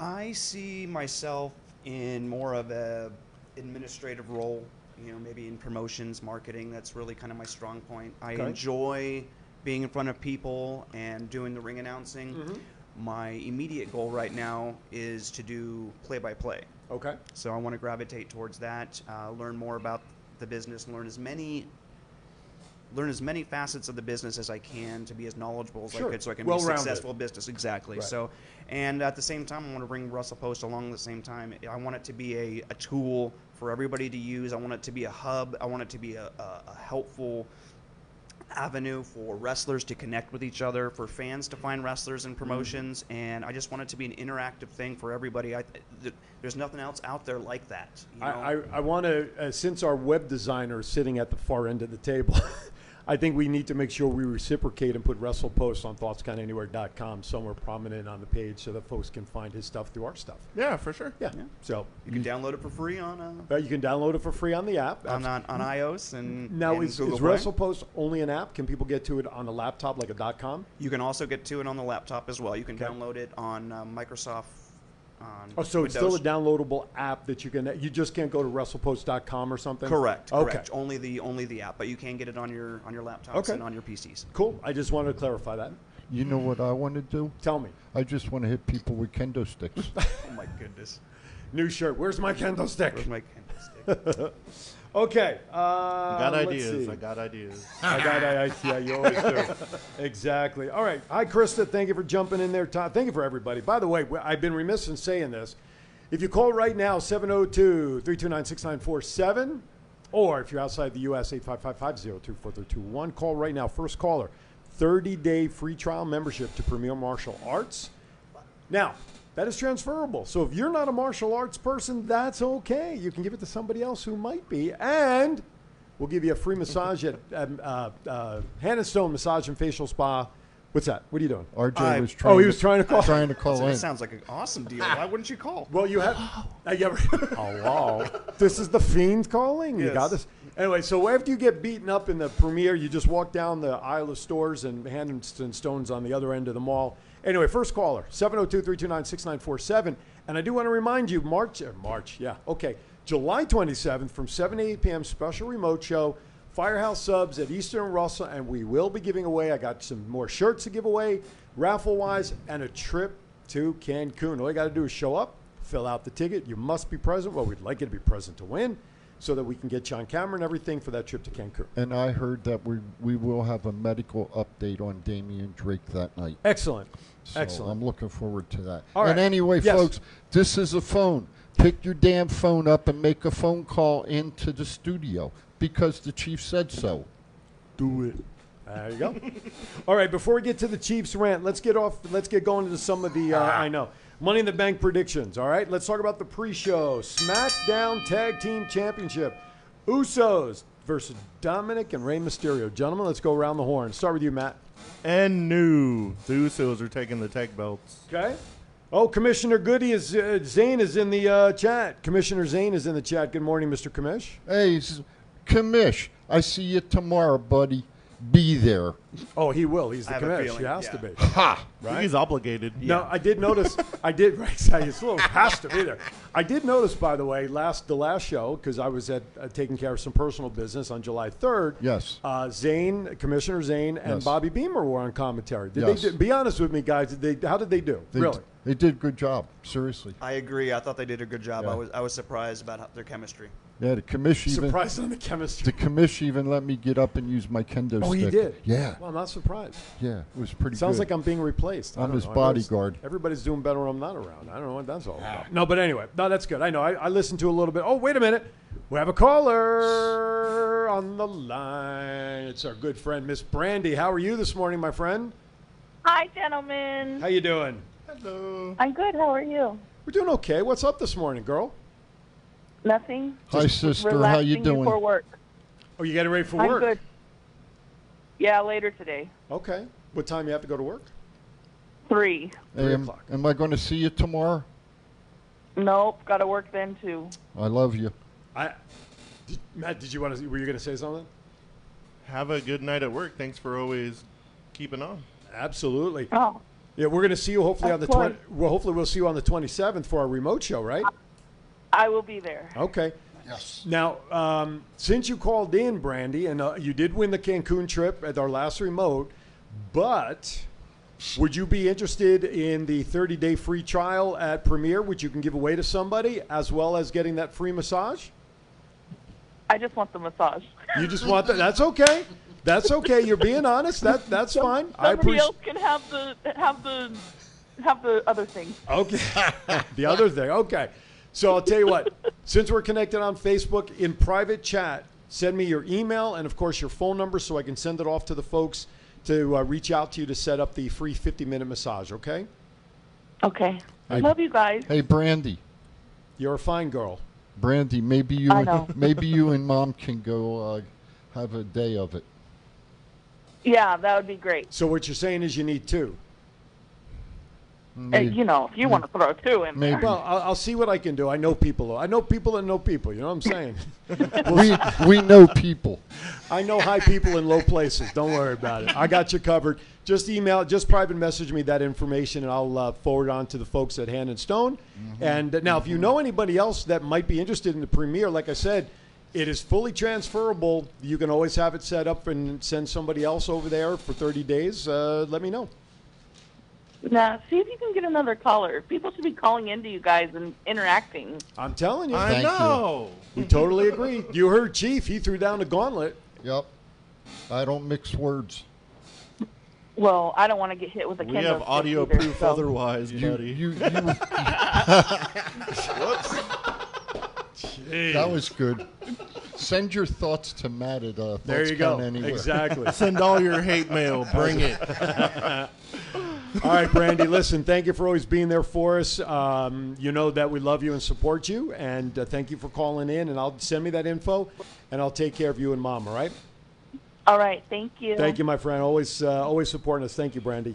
I see myself in more of a administrative role, you know, maybe in promotions, marketing. That's really kind of my strong point. I Okay. enjoy being in front of people and doing the ring announcing. My immediate goal right now is to do play by play. Okay. So I want to gravitate towards that, uh, learn more about the business, learn as many learn as many facets of the business as I can to be as knowledgeable as Sure. I could so I can be a Well-rounded. successful business exactly. Right. So and at the same time I want to bring Russell Post along at the same time. I want it to be a, a tool for everybody to use. I want it to be a hub. I want it to be a, a, a helpful avenue for wrestlers to connect with each other, for fans to find wrestlers Mm. and promotions, and I just want it to be an interactive thing for everybody. I, th- there's nothing else out there like that. You know? I, I, I want to, uh, since our web designer is sitting at the far end of the table, (laughs) I think we need to make sure we reciprocate and put WrestlePost on thoughtskindanywhere.com somewhere prominent on the page so that folks can find his stuff through our stuff. Yeah, for sure. Yeah. So you can download it for free on uh, uh, you can download it for free on the app. on, on on iOS and Mm. now, and is, Google is Play. WrestlePost only an app? Can people get to it on a laptop like a dot com? You can also get to it on the laptop as well. You can download it on uh, Microsoft. On Oh, so it's still Windows. a downloadable app that you can, you just can't go to WrestlePost.com or something? Correct. Okay. Correct. Only the only the app, but you can get it on your on your laptops Okay. and on your PCs. Cool. I just wanted to clarify that. You know what I want to do? Tell me. I just want to hit people with kendo sticks. Oh my goodness. New shirt. Where's my Kendall stick? Where's my candlestick? Okay. Uh, Got let's ideas. see. I got ideas. I got ideas. Yeah, you always do. exactly. All right. Hi, Krista. Thank you for jumping in there. Todd. Thank you for everybody. By the way, we- I've been remiss in saying this. If you call right now, 702 329 6947, or if you're outside the U.S., 855 502 Call right now. First caller, 30 day free trial membership to Premier Martial Arts. Now, that is transferable. So if you're not a martial arts person, that's okay. You can give it to somebody else who might be. And we'll give you a free massage at um, uh, uh, Hannah Stone Massage and Facial Spa What's that? What are you doing? RJ I- was Oh, trying. he was trying to call. Trying to call That in. sounds like an awesome deal. Why wouldn't you call? Well, you have. I get, (laughs) hello. This is the fiend calling. You Yes. got this. Anyway, so after you get beaten up in the premiere, you just walk down the aisle of stores and hand and stones on the other end of the mall. Anyway, first caller, 702-329-6947. And I do want to remind you, March, uh, March, yeah, okay, July 27th from 7 to 8 p.m., special remote show, Firehouse Subs at Eastern and Russell, and we will be giving away, I got some more shirts to give away, raffle-wise, and a trip to Cancun. All you got to do is show up, fill out the ticket. You must be present. Well, we'd like you to be present to win so that we can get you on camera and everything for that trip to Cancun. And I heard that we we will have a medical update on Damian Drake that night. Excellent. So Excellent. I'm looking forward to that. All And right. anyway, Yes. folks, this is a phone. Pick your damn phone up and make a phone call into the studio because the chief said so. Do it. There you go. All right, before we get to the Chiefs rant, let's get off. Let's get going into some of the. Uh, I know Money in the Bank predictions. All right, let's talk about the pre-show SmackDown Tag Team Championship. Usos versus Dominic and Rey Mysterio. Gentlemen, let's go around the horn. Start with you, Matt. And new. The Usos are taking the tech belts. Okay. Oh, Commissioner Goody is uh, Zane is in the uh, chat. Commissioner Zane is in the chat. Good morning, Mr. Commish. Hey, s- Kamish, I see you tomorrow, buddy. Be there. Oh, he will. He's the I have a commish. He feeling, has yeah. to be. I think he's obligated. No, I did notice. I did. (laughs) Right, so it's a little has to be there. I did notice, by the way, last the last show because I was at uh, taking care of some personal business on July third. Yes. Uh, Zane, Commissioner Zane, and Yes. Bobby Beamer were on commentary. Did Yes. they? do- Be honest with me, guys. Did they? How did they do? They, d- really? They did a good job, seriously. I agree. I thought they did a good job. Yeah. I was I was surprised about how, their chemistry. Yeah, the commish even Surprised on the chemistry. the commish even let me get up and use my kendo Oh, stick. he did. Yeah, Well, I'm not surprised. yeah, it was pretty. Sounds good. like I'm being replaced. I I'm don't his know. I always- bodyguard. Everybody's doing better when I'm not around. I don't know what that's all about. No, but anyway, no, that's good. I know. I, I listened to a little bit. Oh, wait a minute. We have a caller on the line. It's our good friend, Miss Brandy. How are you this morning, my friend? Hi, gentlemen. How you doing? I'm good. How are you? We're doing okay. What's up this morning, girl? Nothing. Hi, Just sister. Relaxing How you doing? Before work. Oh, you getting ready for I'm work? good. Yeah, later today. Okay. What time you have to go to work? Three. Three am, o'clock. am I going to see you tomorrow? Nope. Got to work then too. I love you. I, did, Matt, did you want to? Were you going to say something? Have a good night at work. Thanks for always keeping on. Absolutely. Oh, Yeah, we're going to see you hopefully Of on the course. twenty. Well, hopefully we'll see you on the twenty seventh for our remote show, right? I will be there. Okay. Yes. Now, um, since you called in, Brandy, and uh, you did win the Cancun trip at our last remote, but would you be interested in the 30 day free trial at Premier, which you can give away to somebody, as well as getting that free massage? I just want the massage. You just want that? That's okay. That's okay. You're being honest. That that's fine. I Somebody appreciate. else can have the have the have the other thing. Okay. (laughs) the other thing. Okay. So I'll tell you what, since we're connected on Facebook in private chat, send me your email and, of course, your phone number so I can send it off to the folks to uh, reach out to you to set up the free 50 minute massage, okay? Okay. Hey. Love you guys. Hey, Brandy. You're a fine girl. Brandy, maybe you, I know. (laughs) maybe you and mom can go uh, have a day of it. Yeah, that would be great. So what you're saying is you need two. Uh, you know, if you want to throw two in there. Maybe. Well, I'll, I'll see what I can do. I know people. I know people that know people. You know what I'm saying? (laughs) we we know people. I know high people in low places. Don't worry about it. I got you covered. Just email, just private message me that information, and I'll uh, forward on to the folks at Hand and Stone. And uh, now, if you know anybody else that might be interested in the premiere, like I said, it is fully transferable. You can always have it set up and send somebody else over there for 30 days. Uh, let me know. Now, see if you can get another caller. People should be calling into you guys and interacting. I'm telling you, I Thank you. know. we totally agree. You heard Chief; he threw down the gauntlet. Yep. I don't mix words. Well, I don't want to get hit with a We Kendo have stick audio either, proof so- otherwise, You, buddy. you, you, (laughs) that was good. Send your thoughts to Matt at uh, There Thoughts you go. Count Anywhere. (laughs) Exactly. (laughs) Send all your hate (laughs) mail. Bring it. (laughs) All right, Brandy. Listen, thank you for always being there for us. Um, you know that we love you and support you, and uh, thank you for calling in. And I'll send me that info, and I'll take care of you and mom. All right. All right. Thank you. Thank you, my friend. Always, uh, always supporting us. Thank you, Brandy.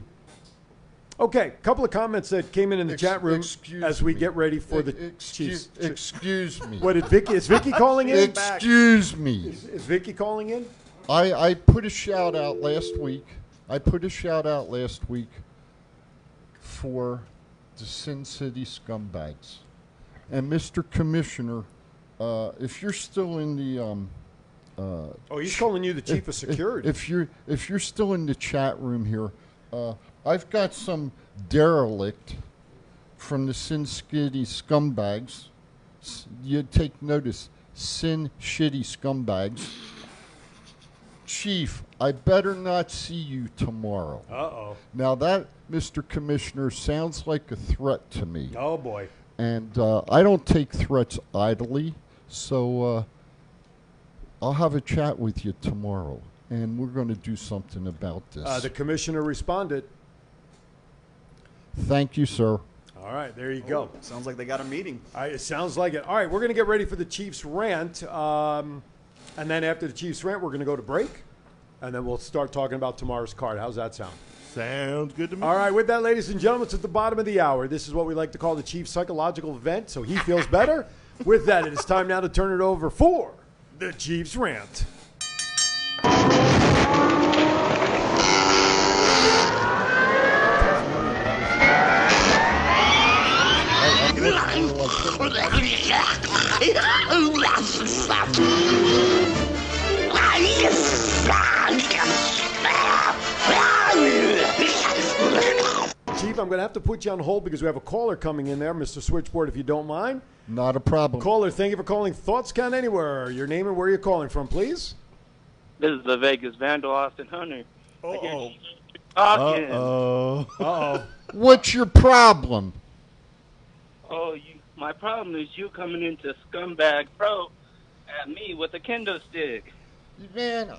Okay, couple of comments that came in in the Ex- chat room excuse as we me. get ready for E- the excuse, Chiefs. excuse me. What did Vicky? Is (laughs) Vicky calling in? excuse me. Is Vicky calling in? I, I put a shout out last week. I put a shout out last week for the Sin City scumbags. And Mr. Commissioner, uh, if you're still in the um, Oh, he's calling you the chief of security. If you're if you're still in the chat room here, uh, I've got some derelict from the Sin City scumbags. S- You take notice, Sin Shitty scumbags. Chief, I better not see you tomorrow. uh oh. Now that, Mr. Commissioner, sounds like a threat to me Oh boy. and uh, I don't take threats idly. So uh, I'll have a chat with you tomorrow, and we're going to do something about this. Uh, the commissioner responded. Thank you, sir. All right, there you go. Sounds like they got a meeting. All right, it sounds like it. All right, we're going to get ready for the Chiefs rant, um, and then after the Chiefs rant, we're going to go to break, and then we'll start talking about tomorrow's card. How's that sound? Sounds good to me. All right, with that, ladies and gentlemen, it's at the bottom of the hour. This is what we like to call the Chiefs psychological event, so he feels better. with that, it is time now to turn it over for the Chiefs rant. Chief, I'm going to have to put you on hold because we have a caller coming in there, Mr. Switchboard, if you don't mind. Not a problem. Caller, thank you for calling Thoughts Count Anywhere. Your name and where you're calling from, please. This is the Vegas Vandal Austin Hunter. Uh-oh. Talking. Oh, Uh, Uh-oh. What's your problem? Oh, you, my problem is you coming into Scumbag Pro at me with a kendo stick. Man,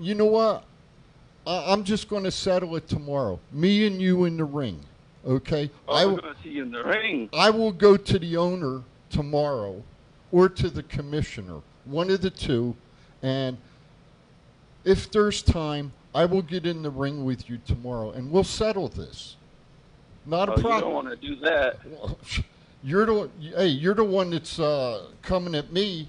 you know what? I- I'm just going to settle it tomorrow. Me and you in the ring, okay? Oh, I I'm w- gonna see you in the ring. I will go to the owner tomorrow or to the commissioner, one of the two, and if there's time, I will get in the ring with you tomorrow and we'll settle this. Not Oh, a you don't problem. want to do that. (laughs) You're the hey, you're the one that's uh, coming at me.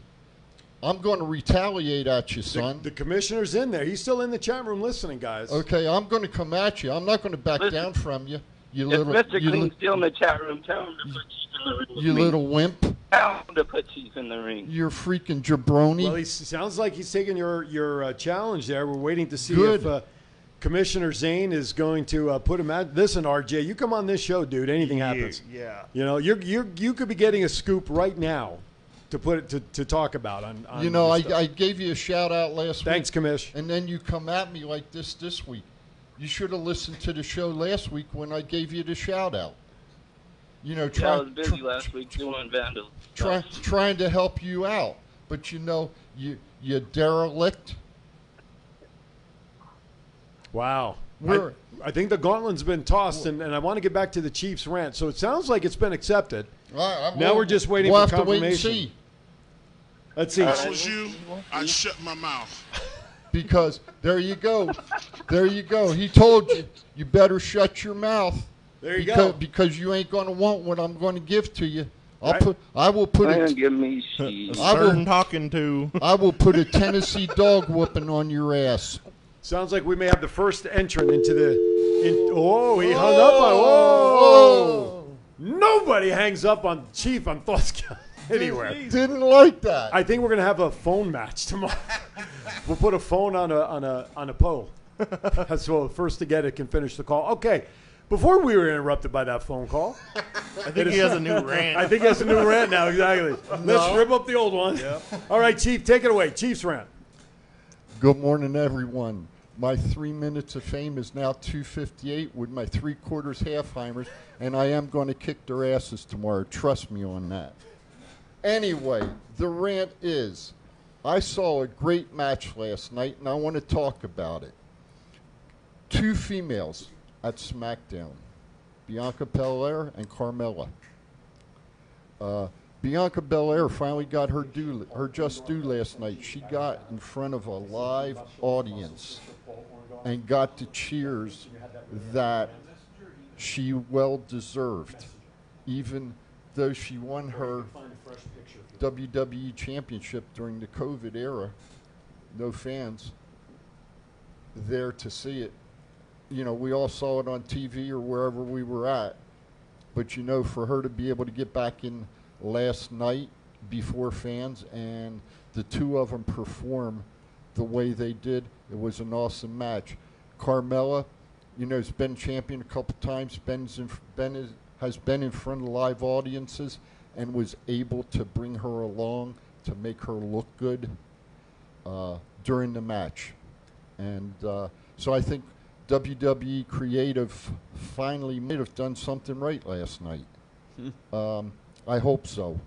I'm going to retaliate at you, son. The commissioner's in there. He's still in the chat room listening, guys. okay, I'm going to come at you. I'm not going to back Listen, down from you. You If little, Mr. you, Clean's li- still in the chat room, tell him to put Chief in the ring. with you me. little wimp. Tell him to put Chief in the ring. You're freaking jabroni. Well, he s- sounds like he's taking your your uh, challenge there. We're waiting to see Good. if uh, Commissioner Zane is going to uh, put him out. Listen, RJ, you come on this show, dude. Anything happens. Yeah. You know, you're you're you could be getting a scoop right now to put it to, to talk about on. on You know, I, this stuff. I gave you a shout out last thanks, week, Commish. and then you come at me like this this week. You should have listened to the show last week when I gave you the shout out. You know, Yeah, try, I was busy tr- last week doing Vandal. try, trying to help you out, but you know, you you derelict. Wow. I, We're- I think the gauntlet's been tossed, and, and I want to get back to the Chiefs rant. So it sounds like it's been accepted. I- I- Now we're just waiting we'll for have to wait and confirmation. see Let's Uh, see. was you, I shut my mouth. because there you go, there you go. He told you you better shut your mouth. There you because, go. because you ain't gonna want what I'm going to give to you. I'll Right. put. I will put. Go a ahead and give me Chief. I will- certain talking (laughs) to. I will put a Tennessee dog whooping on your ass. Sounds like we may have the first entrant into the. In, oh, he hung up on. Oh, nobody hangs up on Chief on thoughts Count (laughs) anywhere. Didn't like that. I think we're gonna have a phone match tomorrow. (laughs) we'll put a phone on a on a on a pole. That's so the first to get it can finish the call. Okay, before we were interrupted by that phone call, I think he has a new rant. I think that's a new rant now. Exactly. Let's rip up the old one. All right, Chief, take it away. Chief's rant. Good morning, everyone. My three minutes of fame is now 258 with my three quarters half himers, and I am going to kick their asses tomorrow. Trust me on that. Anyway, the rant is I saw a great match last night, and I want to talk about it. Two females at SmackDown Bianca Belair and Carmella. Uh, Bianca Belair finally got her due, her just due last night. She got in front of a live audience and got the cheers that she well deserved, even though she won her WWE championship during the COVID era. No fans there to see it. You know, we all saw it on TV or wherever we were at. But you know, for her to be able to get back in last night before fans and the two of them perform the way they did, it was an awesome match. Carmella, you know, has been champion a couple times. Ben's in, ben is, has been in front of live audiences and was able to bring her along to make her look good uh, during the match. And uh, so I think WWE Creative finally might have done something right last night. um, I hope so.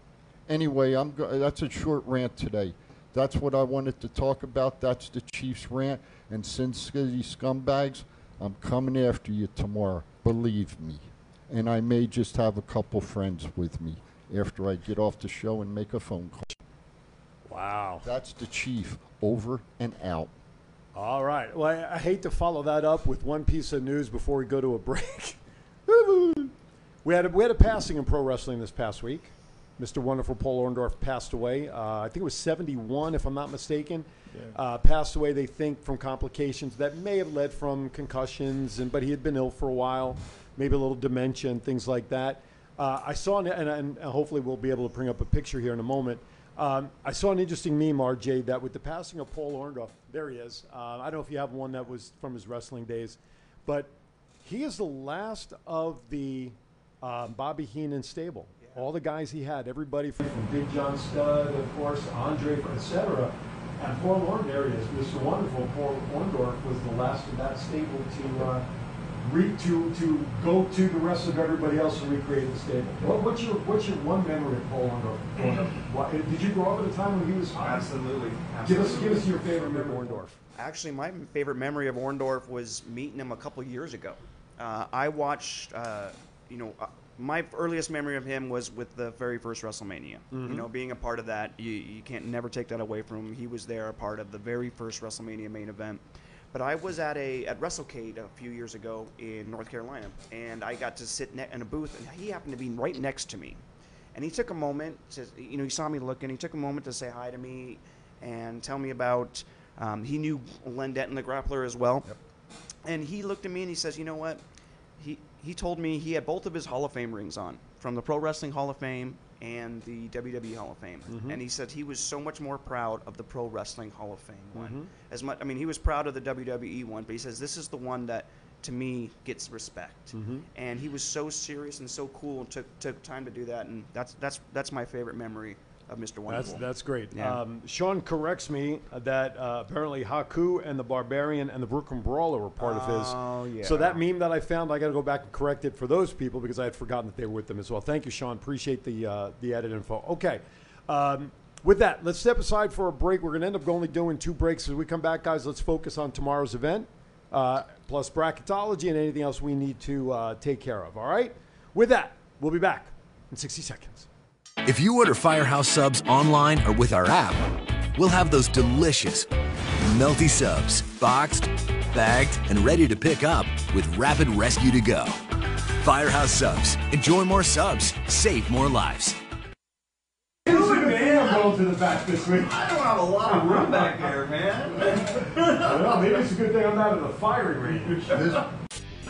Anyway, I'm go- that's a short rant today. That's what I wanted to talk about. That's the Chiefs rant. And since these scumbags, I'm coming after you tomorrow. Believe me. And I may just have a couple friends with me after I get off the show and make a phone call. Wow. That's the Chief over and out. All right. Well, I, I hate to follow that up with one piece of news before we go to a break. (laughs) we had a, we had a passing in pro wrestling this past week. Mr. Wonderful Paul Orndorff passed away. Uh, I think it was 71, if I'm not mistaken. Uh, passed away, they think, from complications that may have led from concussions, and but he had been ill for a while, maybe a little dementia and things like that. Uh, I saw, an, and, and hopefully we'll be able to bring up a picture here in a moment. Um, I saw an interesting meme, RJ, that with the passing of Paul Orndorff, there he is. Uh, I don't know if you have one that was from his wrestling days, but he is the last of the um, Bobby Heenan stable. All the guys he had, everybody from Big John Studd, of course, Andre, etc. And Paul Orndorff, there he is, Mr. Wonderful. Paul Orndorff was the last of that stable to uh, re- to to go to the rest of everybody else and recreate the stable. What, what's your what's your one memory of Paul Orndorff? Orndorff? Why, did you grow up at a time when he was hot? Absolutely. Give us give us your favorite memory of Orndorff. Actually, my favorite memory of Orndorff was meeting him a couple years ago. Uh, I watched, uh, you know, uh, my earliest memory of him was with the very first WrestleMania. Mhm. You know, being a part of that, you, you can't never take that away from him. He was there, a part of the very first WrestleMania main event. But I was at a at WrestleCade a few years ago in North Carolina, and I got to sit ne- in a booth, and he happened to be right next to me. And he took a moment to, you know, he saw me looking. He took a moment to say hi to me and tell me about. Um, he knew Len Denton, the grappler, as well. And he looked at me and he says, "You know what? He he told me he had both of his Hall of Fame rings on from the Pro Wrestling Hall of Fame and the WWE Hall of Fame. Mm-hmm. Mhm. And he said he was so much more proud of the Pro Wrestling Hall of Fame one. Mm-hmm. Mhm. As much, I mean, he was proud of the WWE one, but he says this is the one that to me gets respect. Mm-hmm. Mhm. And he was so serious and so cool and took took time to do that. And that's that's that's my favorite memory of Mr. That's, Wonderful. that's great. Yeah. Um, Sean corrects me that uh, apparently Haku and the Barbarian and the Brooklyn Brawler were part of his. Oh, yeah. So that meme that I found, I got to go back and correct it for those people because I had forgotten that they were with them as well. Thank you, Sean. Appreciate the uh, the added info. Okay. Um, with that, let's step aside for a break. We're going to end up only doing two breaks as we come back, guys. Let's focus on tomorrow's event, uh, plus bracketology and anything else we need to uh, take care of. All right. With that, we'll be back in 60 seconds. If you order Firehouse subs online or with our app, we'll have those delicious, melty subs boxed, bagged, and ready to pick up with Rapid Rescue to Go. Firehouse subs. Enjoy more subs, save more lives. Doing, man? rolled to the back this week. I don't have a lot of room back there, man. well, maybe it's a good thing I'm out of the firing range.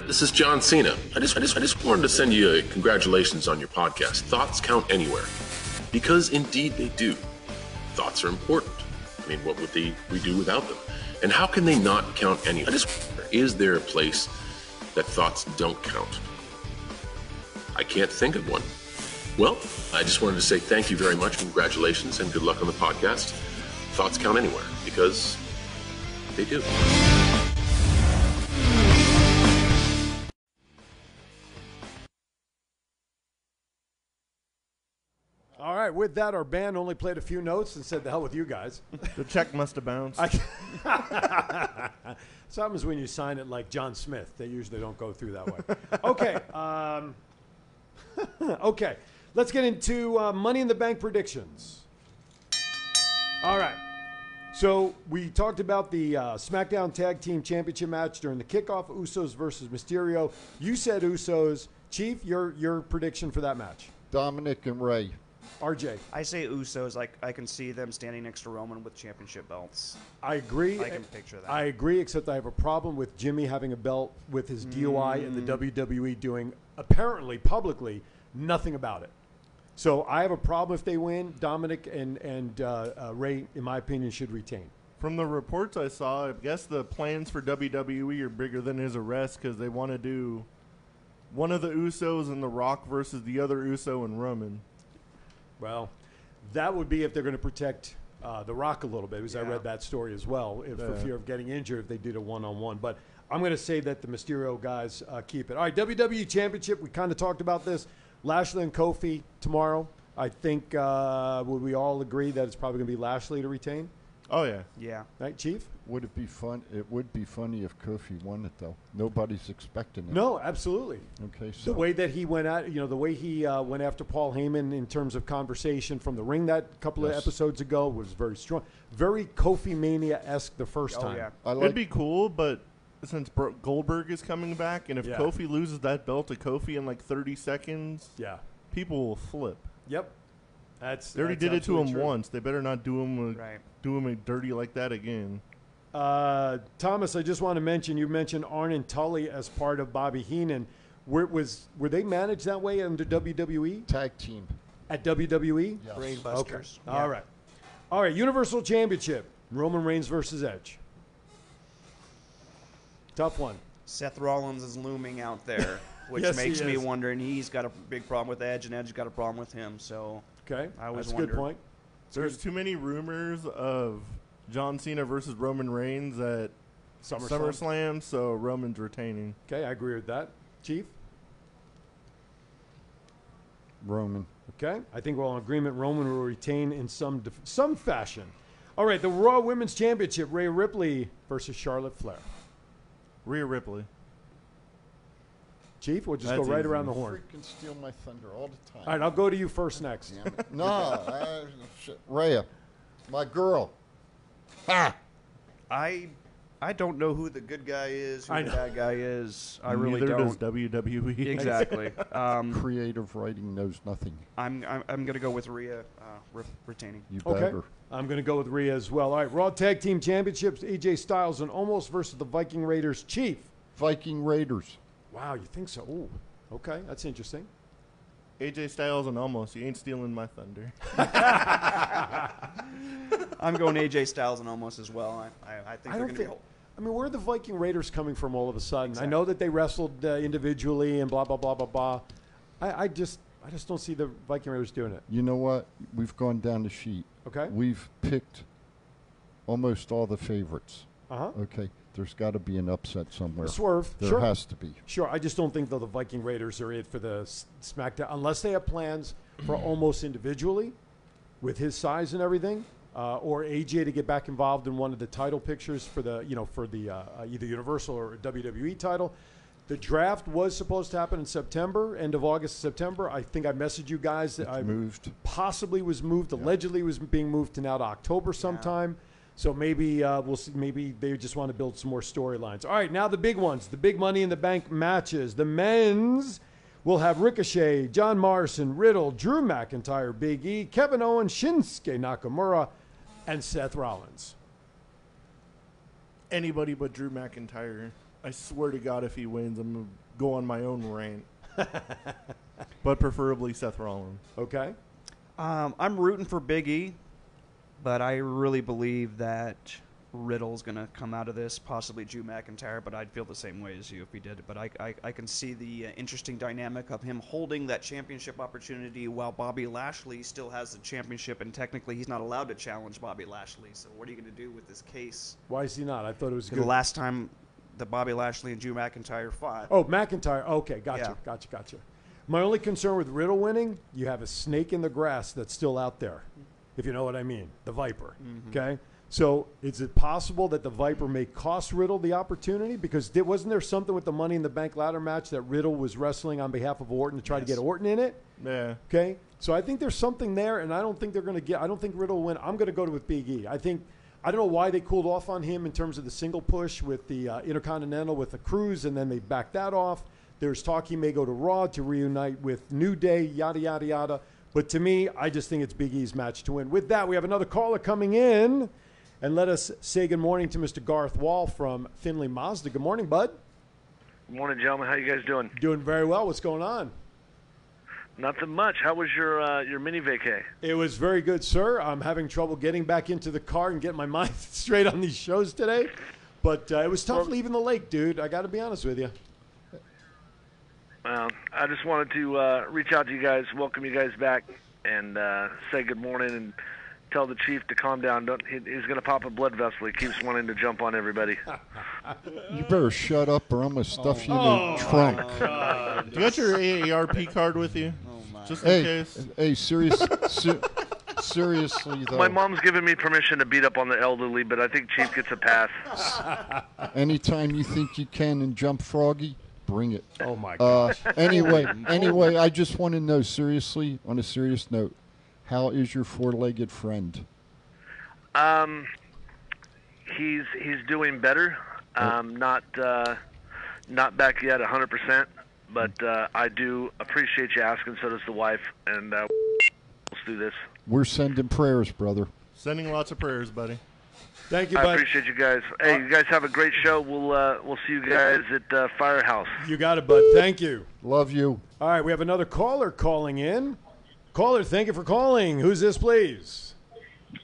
This is John Cena. I just, I just, I just wanted to send you a congratulations on your podcast. Thoughts count anywhere, because indeed they do. Thoughts are important. I mean, what would they we do without them? And how can they not count anywhere? I just wonder, is there a place that thoughts don't count? I can't think of one. Well, I just wanted to say thank you very much, congratulations, and good luck on the podcast. Thoughts count anywhere because they do. All right, with that, our band only played a few notes and said, "The hell with you guys." (laughs) The check must have bounced. Sometimes when you sign it like John (laughs) Smith, they usually don't go through that way. (laughs) Okay, um, okay, Let's get into uh, Money in the Bank predictions. All right. So we talked about the uh, SmackDown Tag Team Championship match during the kickoff, Usos versus Mysterio. You said Usos. Chief, your your prediction for that match? Dominic and Ray. RJ. I say Usos. I, I can see them standing next to Roman with championship belts. I agree. eh, I can picture that. I agree, except I have a problem with Jimmy having a belt with his DUI Mm. and the WWE doing apparently publicly nothing about it. So I have a problem if they win. Dominic and and uh, uh, Ray, in my opinion, should retain. From the reports I saw, I guess the plans for WWE are bigger than his arrest because they want to do one of the Usos and The Rock versus the other Uso and Roman. Well, that would be if they're going to protect uh, The Rock a little bit, because I Yeah. read that story as well, if, for Yeah. fear of getting injured if they did a one on one. But I'm going to say that the Mysterio guys uh, keep it. All right, WWE Championship, we kind of talked about this. Lashley and Kofi tomorrow. I think, uh, would we all agree that it's probably going to be Lashley to retain? Oh, yeah. Yeah. Right, Chief? Would it be fun? It would be funny if Kofi won it, though. Nobody's expecting it. No, absolutely. Okay, The so way that he went at, you know, the way he uh, went after Paul Heyman in terms of conversation from the ring that couple of Yes. episodes ago was very strong, very Kofi Mania esque the first Oh, time. It'd be cool, but since Bro- Goldberg is coming back, and if Yeah. Kofi loses that belt to Kofi in like 30 seconds, yeah, people will flip. Yep, that's They already that's did it to him absolutely true. once. They better not do him Right. do him dirty like that again. Uh, Thomas, I just want to mention you mentioned Arn and Tully as part of Bobby Heenan. Were, was were they managed that way under WWE tag team at E? WWE? Yes. Brainbusters. Okay. All Yeah. right, all right. Universal Championship: Roman Reigns versus Edge. Tough one. Seth Rollins is looming out (laughs) there, which Yes, he makes me is. wonder. And he's got a big problem with Edge, and Edge got a problem with him. So okay, I always That's a good wonder. point. There's too many rumors of John Cena versus Roman Reigns at SummerSlam. SummerSlam, so Roman's retaining. Okay, I agree with that, Chief. Roman. Okay, I think we're all in agreement. Roman will retain in some def- some fashion. All right, the Raw Women's Championship: Rhea Ripley versus Charlotte Flair. Rhea Ripley. Chief, we'll just That's go right easy. around the horn. Freaking steal my thunder all the time. All right, I'll go to you first next. No, I, shit. Rhea, my girl. Ha! I I don't know who the good guy is, who I the know. bad guy is. I really Neither don't. does E. WWE. (laughs) (laughs) Exactly. Um, Creative writing knows nothing. I'm I'm, I'm gonna go with Rhea uh, re- retaining. You (laughs) Okay. better. I'm going to go with Rhea as well. All right, Raw Tag Team Championships: AJ Styles and Almost versus the Viking Raiders. Chief. Viking Raiders. Wow, you think so? Ooh, okay, that's interesting. AJ Styles and almost. You ain't stealing my thunder. I'm going AJ Styles and almost as well. I I, I think I they're don't gonna think. be. I mean, where are the Viking Raiders coming from all of a sudden? I know that they wrestled uh, individually and blah blah blah blah blah. I, I just, I just don't see the Viking Raiders doing it. You know what? We've gone down the sheet. Okay. We've picked almost all the favorites. Uh-huh. Okay. There's got to be an upset somewhere. Swerve. There sure. has to be. Sure. I just don't think though the Viking Raiders are it for the S- SmackDown unless they have plans (clears throat) for almost individually, with his size and everything, uh, or AJ to get back involved in one of the title pictures for the you know for the uh, uh, either Universal or WWE title. The draft was supposed to happen in September, end of August, September. I think I messaged you guys that I moved. possibly was moved, allegedly was being moved to now to October sometime. So maybe uh, we'll see. Maybe they just want to build some more storylines. All right, now the big ones, the big Money in the Bank matches. The men's will have Ricochet, John Morrison, Riddle, Drew McIntyre, Big E, Kevin Owens, Shinsuke Nakamura, and Seth Rollins. Anybody but Drew McIntyre. I swear to God, if he wins, I'm gonna go on my own (laughs) rant. but preferably Seth Rollins. Okay. Um, I'm rooting for Big E, but I really believe that Riddle's going to come out of this, possibly Drew McIntyre, but I'd feel the same way as you if he did. But I, I, I can see the uh, interesting dynamic of him holding that championship opportunity while Bobby Lashley still has the championship, and technically he's not allowed to challenge Bobby Lashley. So what are you going to do with this case? Why is he not? I thought it was 'Cause good. The last time that Bobby Lashley and Drew McIntyre fought. Oh, McIntyre. Okay, gotcha, Yeah. gotcha, gotcha. My only concern with Riddle winning, you have a snake in the grass that's still out there, if you know what I mean, the viper. Okay, So is it possible that the Viper may cost Riddle the opportunity? Because di- wasn't there something with the Money in the Bank ladder match that Riddle was wrestling on behalf of Orton to try to get Orton in it? Yeah. Okay, so I think there's something there, and I don't think they're going to get. I don't think Riddle will win. I'm going to go to with Big E. I think I don't know why they cooled off on him in terms of the single push with the uh, Intercontinental with the Cruise, and then they backed that off. There's talk he may go to Raw to reunite with New Day, yada yada yada. But to me, I just think it's Big E's match to win. With that, we have another caller coming in, and let us say good morning to Mr. Garth Wall from Finley Mazda. Good morning, bud. Good morning, gentlemen. How you guys doing? Doing very well. What's going on? Nothing much. How was your uh, your mini vacay? It was very good, sir. I'm having trouble getting back into the car and getting my (laughs) mind straight on these shows today. But uh, it was tough leaving the lake, dude. I got to be honest with you. Well, Um, I just wanted to uh, reach out to you guys, welcome you guys back, and uh, say good morning and tell the chief to calm down. Don't he, he's going to pop a blood vessel. He keeps wanting to jump on everybody. Uh, You better shut up or I'm going to stuff you Oh. in the trunk. Do you got your AARP card with you? Just in Hey, case. (laughs) hey, serious, ser- seriously though. My mom's giving me permission to beat up on the elderly, but I think chief gets a pass. Anytime you think you can and jump froggy, bring it. Oh my Uh, gosh. anyway, (laughs) Oh my anyway, I just want to know seriously, on a serious note, how is your four-legged friend? Um, he's he's doing better. Um, not uh, not back yet, hundred percent. But uh, I do appreciate you asking. So does the wife. And uh, let's do this. We're sending prayers, brother. Sending lots of prayers, buddy. Thank I appreciate you guys. Hey, you guys have a great show. We'll uh, we'll see you guys at uh, Firehouse. You got it, bud. Thank you. Love you. All right, we have another caller calling in. Caller, thank you for calling. Who's this, please?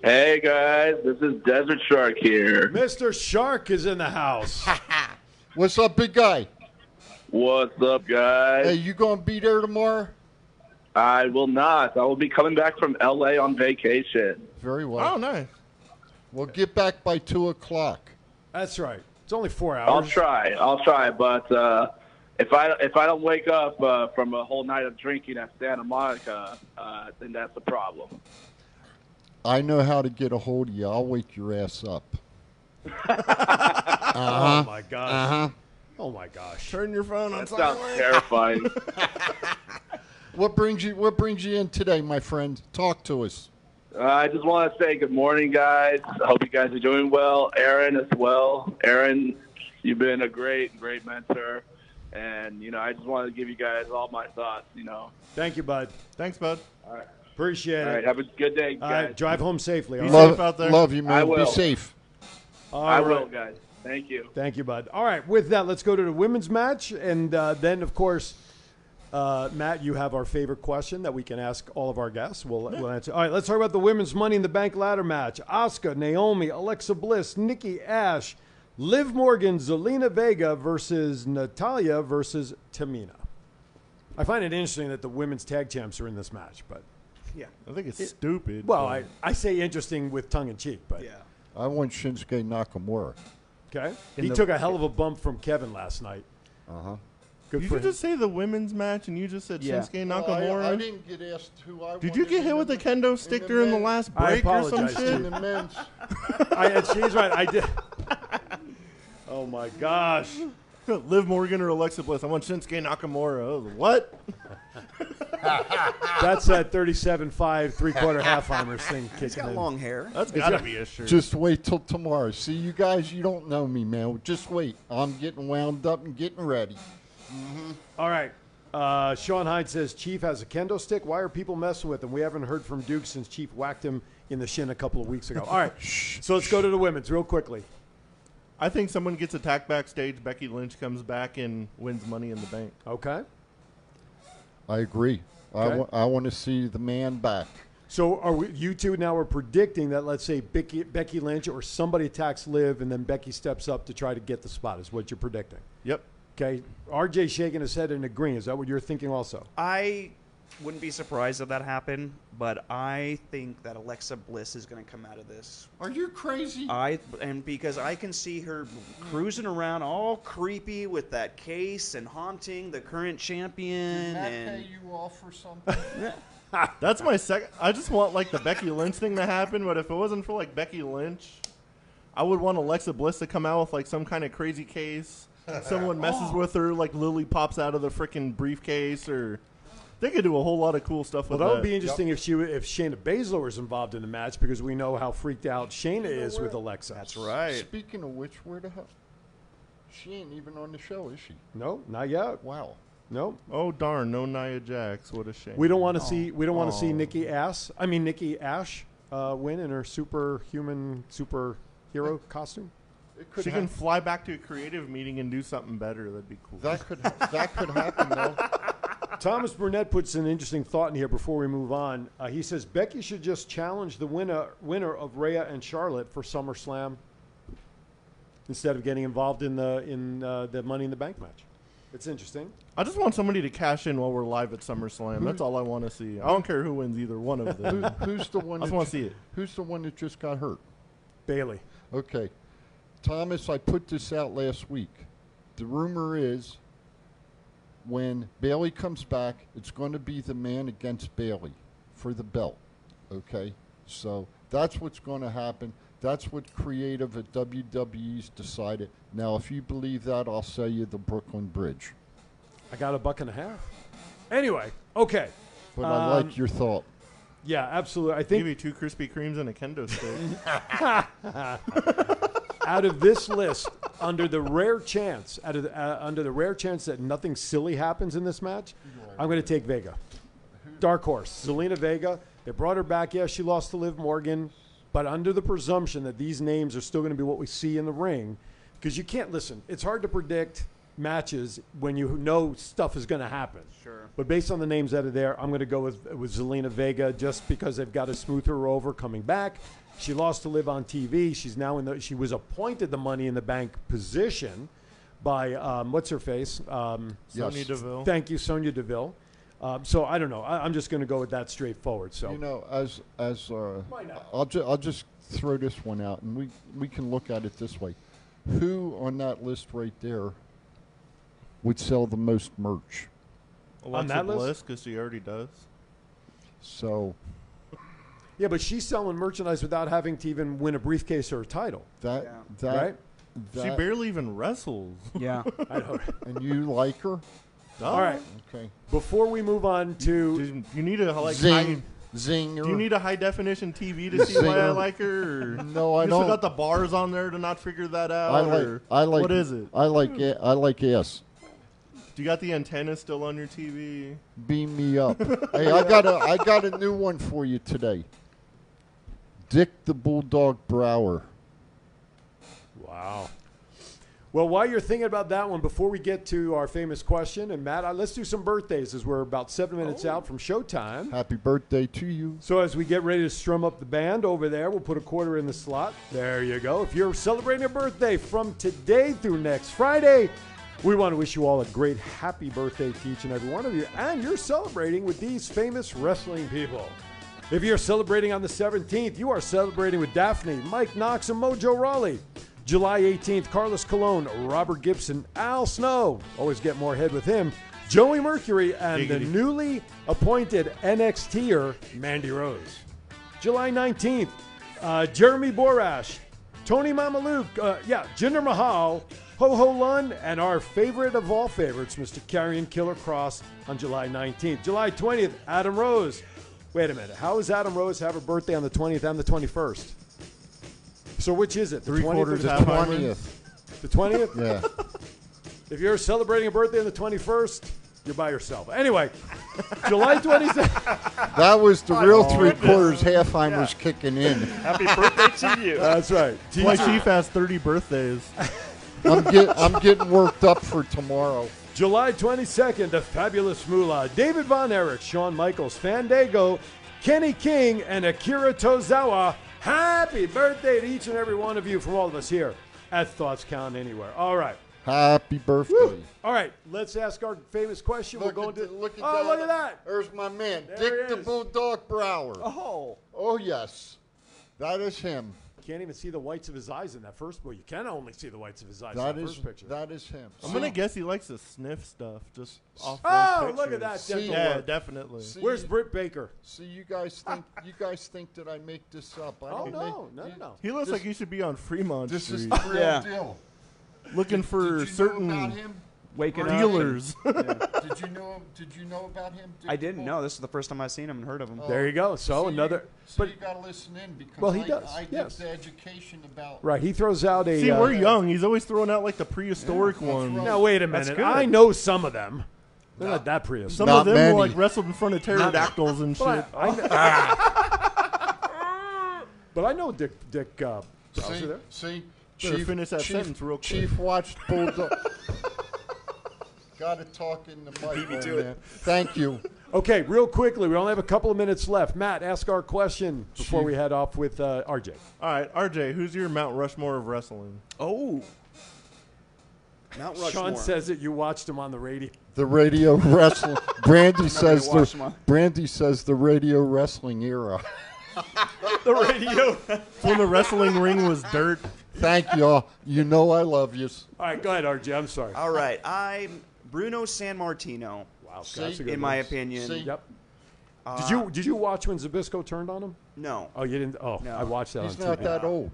Hey guys, this is Desert Shark here. Mr. Shark is in the house. What's up, big guy? What's up, guys? Hey, you gonna be there tomorrow? I will not. I will be coming back from LA on vacation. Very well. Oh, nice. Well, get back by two o'clock. That's right. It's only four I'll try. I'll try, but uh, if I if I don't wake up uh, from a whole night of drinking at Santa Monica, uh, then that's a problem. I know how to get a hold of you. I'll wake your ass up. Uh-huh. Oh my gosh. Uh-huh. Oh my gosh. Turn your phone on That sounds silent. terrifying. What brings you? What brings you in today, my friend? Talk to us. Uh, I just want to say good morning, guys. I hope you guys are doing well. Aaron as well. Aaron, you've been a great, great mentor. And, you know, I just wanted to give you guys all my thoughts, you know. Thank you, bud. Thanks, bud. All right. Appreciate All it. right, have a good day, All right, guys. drive home safely. Be all safe right? out there. Love you, man. I Be will. safe. All I right. will, guys. Thank you. Thank you, bud. All right, with that, let's go to the women's match. And uh, then, of course, uh, Matt, you have our favorite question that we can ask all of our guests. We'll, we'll answer. All right, let's talk about the women's Money in the Bank ladder match. Asuka, Naomi, Alexa Bliss, Nikki Ash, Liv Morgan, Zelina Vega versus Natalia versus Tamina. I find it interesting that the women's tag champs are in this match, but Yeah. I think it's stupid. well, but- I, I say interesting with tongue in cheek, but yeah. I want Shinsuke Nakamura. Okay, In he the- took a hell of a bump from Kevin last night. Uh huh. Good Did for you him. just say the women's match and you just said Yeah. Shinsuke Well, Oh, I- Nakamura? I, didn't get asked who I. Did you wanted get hit in with a the- kendo in stick during the men- last I break or some apologize, shit? (laughs) dude. In the men's. I, and she's right. I did. (laughs) Oh my gosh. Liv Morgan or Alexa Bliss? I want Shinsuke Nakamura. Oh, What? That's that 37.5 three quarter halfheimer thing kicking He's got in. long hair. That's It's gotta got- be a shirt. Just wait till tomorrow. See, you guys, you don't know me, man. Just wait. I'm getting wound up and getting ready. All right. Uh, Sean Hyde says Chief has a kendo stick. Why are people messing with him? We haven't heard from Duke since Chief whacked him in the shin a couple of weeks ago. All (laughs) right. so let's go to the women's real quickly. I think someone gets attacked backstage. Becky Lynch comes back and wins Money in the Bank. Okay. I agree. I, Okay. wa- I want to see the man back. So are we, you two now are predicting that let's say Becky, Becky Lynch or somebody attacks Liv and then Becky steps up to try to get the spot is what you're predicting. Yep. Okay. RJ shaking his head and agreeing. Is that what you're thinking also? I wouldn't be surprised if that happened, but I think that Alexa Bliss is going to come out of this. Are you crazy? Uh, I and because I can see her cruising around all creepy with that case and haunting the current champion and you off or something? That's my second. I just want like the Becky Lynch thing to happen, but if it wasn't for like Becky Lynch, I would want Alexa Bliss to come out with like some kind of crazy case. Someone messes with her, like Lily pops out of the freaking briefcase, or they could do a whole lot of cool stuff Well, with that would be interesting if she w- if Shayna Baszler was involved in the match because we know how freaked out Shayna is with Alexa. That's right. (laughs) Speaking of which, where the hell? She ain't even on the show, is she? No, not yet. Wow. Nope. Oh darn, no Nia Jax. What a shame. We don't want to see we don't want to see Oh. Nikki Ass. I mean Nikki Ash uh, win in her superhuman superhero costume. could she can hap- fly back to a creative meeting and do something better. That'd be cool. That could that could happen though. Thomas Burnett puts an interesting thought in here before we move on. Uh, he says Becky should just challenge the winner winner of Rhea and Charlotte for SummerSlam instead of getting involved in the in uh, the Money in the Bank match. It's interesting. I just want somebody to cash in while we're live at SummerSlam. Who- That's all I want to see. I don't care who wins either one of them. Who, who's the one? (laughs) I just that want to ju- see it. Who's the one that just got hurt? Bailey. Okay, Thomas. I put this out last week. The rumor is when Bailey comes back, it's going to be the man against Bailey for the belt. Okay, so that's what's going to happen. That's what creative at WWE's decided. Now, if you believe that, I'll sell you the Brooklyn Bridge. I got a buck and a half. Anyway, okay. But I Um, like your thought. Yeah, absolutely. I think give you two Krispy Kremes and a kendo stick. out of this list, under the rare chance, out of the, uh, under the rare chance that nothing silly happens in this match, I'm going to take Vega. Dark horse, Selena Vega. They brought her back. Yeah, she lost to Liv Morgan, but under the presumption that these names are still going to be what we see in the ring, because you can't listen. It's hard to predict matches when you know stuff is going to happen. Sure. But based on the names that are there, I'm going to go with with Zelina Vega just because they've got to smooth her over coming back. She lost to live on TV. She's now in the. She was appointed the Money in the Bank position by um, what's her face? Um, Sonya Yes. Deville. Thank you, Sonia Deville. Um, so I don't know. I, I'm just going to go with that straightforward. So You know, as as uh, I'll ju- I'll just throw this one out, and we we can look at it this way: who on that list right there would sell the most merch? Alexa that list? Bliss, because she already does. So yeah, but she's selling merchandise without having to even win a briefcase or a title. that that, Right? she that- barely even wrestles. (laughs) Yeah. I know. and you like her? All right. Okay. Before we move on to, you, need a like Zing. Zing. Do you need a high definition TV to see why I Zing. like her? Or (laughs) No, I you still don't. got the bars on there to not figure that out. I like or I like What is it? I like a- I like yes. Do you got the antenna still on your TV? Beam (laughs) me up. hey, I got a I got a new one for you today. Dick the Bulldog Brower. Wow. Well, while you're thinking about that one, before we get to our famous question, and Matt, I- let's do some birthdays as we're about seven minutes Oh. out from showtime. Happy birthday to you. So as we get ready to strum up the band over there, we'll put a quarter in the slot. There you go. If you're celebrating a birthday from today through next Friday, we want to wish you all a great happy birthday to each and every one of you. And you're celebrating with these famous wrestling people. If you're celebrating on the 17th, you are celebrating with Daphne, Mike Knox, and Mojo Raleigh. July 18th, Carlos Colon, Robert Gibson, Al Snow. Always get more head with him. Joey Mercury and the Giggity. newly appointed NXTer Mandy Rose. July 19th, uh, Jeremy Borash, Tony Mamaluke, uh, yeah, Jinder Mahal, Ho Ho Lun, and our favorite of all favorites, Mr. Carrion Killer Cross on July 19th. July 20th, Adam Rose. Wait a minute, how does Adam Rose have a birthday on the 20th and the 21st? So which is it? The Three 20th quarters or the of 20th? The 20th? Yeah. If you're celebrating a birthday on the 21st, you're by yourself. Anyway, July 27th. That (laughs) was the real Oh, three goodness. quarters Halfheimer's kicking in. Happy birthday to (laughs) you. That's (laughs) right. My chief has 30 (laughs) birthdays. I'm get, I'm getting worked up for tomorrow. (laughs) July 22nd, the fabulous Moolah, David Von Erich, Shawn Michaels, Fandango, Kenny King, and Akira Tozawa. Happy birthday to each and every one of you from all of us here at Thoughts Count Anywhere. All right. Happy birthday. All right. Let's ask our famous question. We'll go into. Look at oh, that. look at that. There's my man, There Dick he the is. Bulldog Brower. Oh. Oh, yes. That is him. can't even see the whites of his eyes in that first. Well, you can only see the whites of his eyes That in the is- first picture. that is him. I'm gonna guess he likes to sniff stuff just off. Oh, those look at that pictures. dental Yeah, work. definitely. See- Where's Britt Baker? See, you guys think you guys think that I make this up? I Oh, don't no, make, no, you- no. He looks This- like he should be on Fremont This is Street. (laughs) the real deal. Looking for certain about him? Waking up. dealers. Did you know? Did you know about him? Did I didn't know. This is the first time I've seen him and heard of him. Oh. There you go. So another. So you got to listen in because Well, he I, does, I yes. give the education about Right, he throws out a. See, uh, we're young. He's always throwing out like the prehistoric ones. Now wait a minute. I know some of them. They're not that prehistoric. Some of them were like wrestled in front of pterodactyls and shit. But I, I kn- (laughs) but I know Dick Dick uh, Browser See, there. see, Better finish that sentence real quick. Chief watched Bulldog. Got to talk in the mic, old man. Thank you. Okay, real quickly, we only have a couple of minutes left. Matt, ask our question before Chief. we head off with uh, RJ. All right, RJ, who's your Mount Rushmore of wrestling? Oh, Mount Rushmore. Sean says that you watched him on the radio. The radio wrestling. Brandy says I watched the. Brandy says the radio wrestling era. the radio. when the wrestling ring was dirt. Thank y'all. You know I love you. All right, go ahead, RJ. I'm sorry. All right, I'm Bruno San Martino. Wow, See? that's a in good my one. opinion. See? Yep. Uh, Did you did you watch when Zabisco turned on him? No. Oh, you didn't. Oh, I watched that. He's on not TV. that old.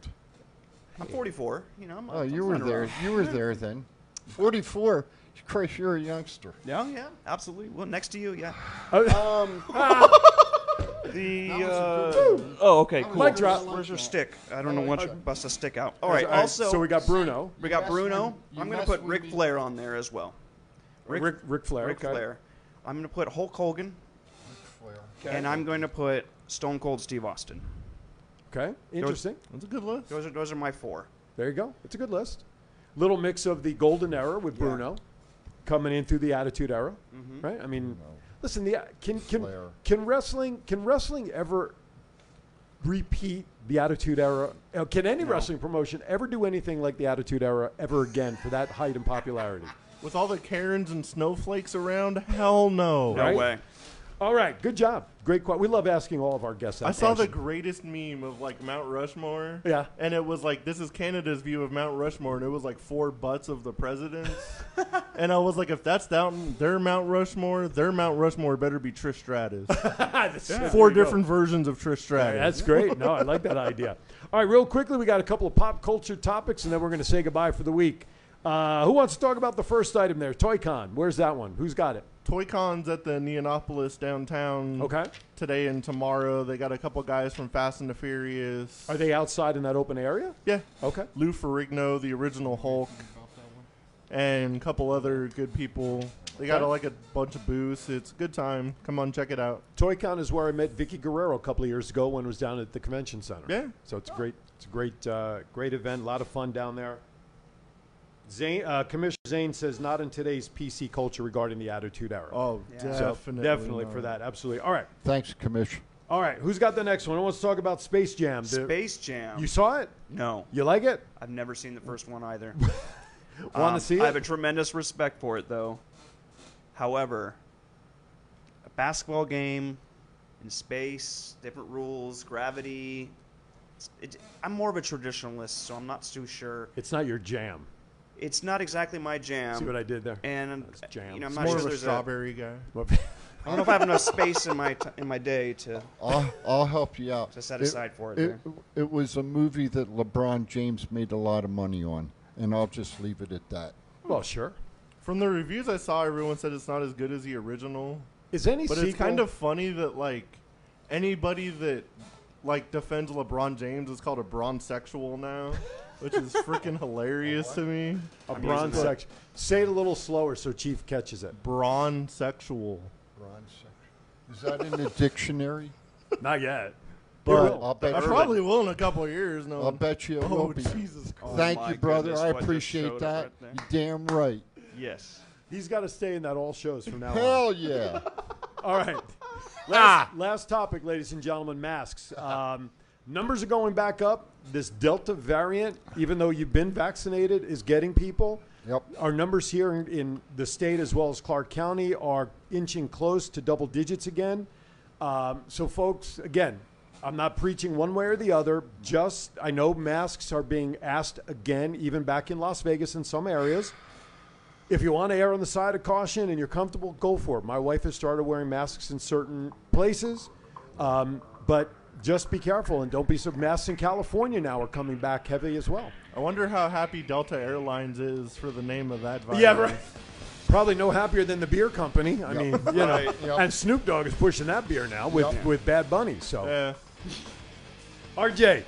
I'm 44. You know, I'm. Oh, I'm you were not there. around. You were there then. Forty-four. Chris, you're a youngster. Yeah, yeah, absolutely. Well, next to you, yeah. Oh. (laughs) Um, (laughs) the uh, oh, okay, cool. Where's- drop. Where's your stick? I don't know when to bust a stick out. All All right. right, Also, so we got Bruno. We You got mess Bruno. with- you I'm going mess to put with Ric me. Flair on there as well. Ric- Ric Flair, Ric okay. Flair. I'm going to put Hulk Hogan. Okay. And I'm going to put Stone Cold Steve Austin. Okay, interesting. That's a good list. Those are those are my four. There you go. It's a good list. Little mix of the golden era with Bruno coming in through the Attitude Era, Mm-hmm. right? I mean, listen, the can can can wrestling can wrestling ever repeat the Attitude Era? Uh, Can any wrestling promotion ever do anything like the Attitude Era ever again for that height and (laughs) popularity? With all the Karens and snowflakes around, hell no. Right? All right, good job. Great question. We love asking all of our guests. that I saw the question. greatest meme of like Mount Rushmore. Yeah. And it was like, this is Canada's view of Mount Rushmore, and it was like four butts of the presidents. (laughs) and I was like, if that's down their Mount Rushmore, their Mount Rushmore better be Trish (laughs) Stratus. There Four you go. different versions of Trish Stratus. Yeah, that's great. No, I like that idea. All right, real quickly, we got a couple of pop culture topics, and then we're going to say goodbye for the week. Uh, who wants to talk about the first item there? ToyCon. Where's that one? Who's got it? Toy Con's at the Neonopolis downtown. Okay. Today and tomorrow, they got a couple guys from Fast and the Furious. Are they outside in that open area? Yeah. Okay. Lou Ferrigno, the original Hulk, and a couple other good people. They got Okay. like a bunch of booths. It's a good time. Come on, check it out. ToyCon is where I met Vicky Guerrero a couple of years ago when it was down at the convention center. Yeah. So it's great. It's a great, uh, great event. A lot of fun down there. Zane, uh, Commissioner Zane says not in today's PC culture regarding the Attitude Era. Oh, So definitely definitely not. for that. Absolutely. All right. Thanks, Commission. All right, who's got the next one? I want to talk about Space Jam. The- Space Jam. You saw it? No. You like it? I've never seen the first one either. to Um, see I it? have a tremendous respect for it, though. However, a basketball game in space, different rules, gravity. it's- It, I'm more of a traditionalist, so I'm not too sure. It's not your jam. It's not exactly my jam. See what I did there? And uh, That's jam. you know, I'm It's not More sure of a there's strawberry guy. Whoop. I don't know if I have enough space in my t- in my day to. I'll, I'll help you out. To set It- aside for it It, it was a movie that LeBron James made a lot of money on, and I'll just leave it at that. Well, sure. (laughs) From the reviews I saw, everyone said it's not as good as the original. Is any But it's sequel- kind of funny that like anybody that like defends LeBron James is called a bronsexual now, which is freaking hilarious to me. A bronze section. Say it a little slower so Chief catches it. Bronze sexual. Bronze Is that in the (laughs) dictionary? Not yet. But But I'll bet I you- probably will in a couple of years. No, I'll bet you it oh, will be. Jesus Christ! Thank Oh my you, brother. goodness, I what just appreciate showed that. up you damn right. Yes. He's got to stay in that all shows from now on. Hell yeah. All right. Last, last topic, ladies and gentlemen, masks. Um, numbers are going back up. This Delta variant, even though you've been vaccinated, is getting people. Yep. Our numbers here in, in the state as well as Clark County are inching close to double digits again. Um, so, folks, again, I'm not preaching one way or the other. Just I know masks are being asked again, even back in Las Vegas in some areas. If you want to err on the side of caution and you're comfortable, go for it. My wife has started wearing masks in certain places, um, but just be careful and don't be so. Masks in California now are coming back heavy as well. I wonder how happy Delta Airlines is for the name of that virus. Yeah, right. Probably no happier than the beer company. I Yep. mean, you know, Right, yep. and Snoop Dogg is pushing that beer now with, Yep. with Bad Bunny. So, Yeah. RJ,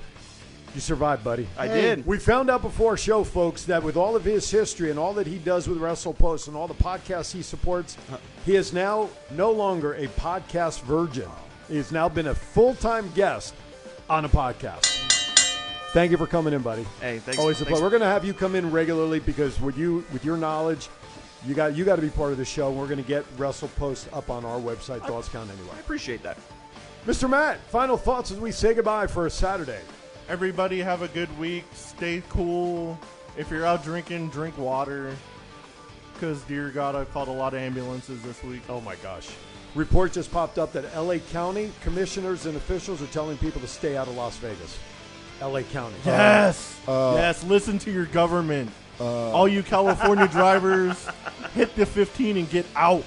you survived, buddy. I Hey. did. We found out before our show, folks, that with all of his history and all that he does with WrestlePost and all the podcasts he supports, Uh-huh. he is now no longer a podcast virgin. He has now been a full time guest on a podcast. Thank you for coming in, buddy. Hey, thanks- Always a thanks- pleasure. We're going to have you come in regularly because with you, with your knowledge, you got you got to be part of the show. We're going to get WrestlePost up on our website, Uh, Thoughts Count Anywhere. I appreciate that. Mr. Matt, final thoughts as we say goodbye for a Saturday. Everybody have a good week. Stay cool. If you're out drinking, drink water. Because, dear God, I called a lot of ambulances this week. Oh, my gosh. Report just popped up that LA County commissioners and officials are telling people to stay out of Las Vegas. LA County. Yes. yes. Listen to your government. All you California drivers, hit the 15 and get out.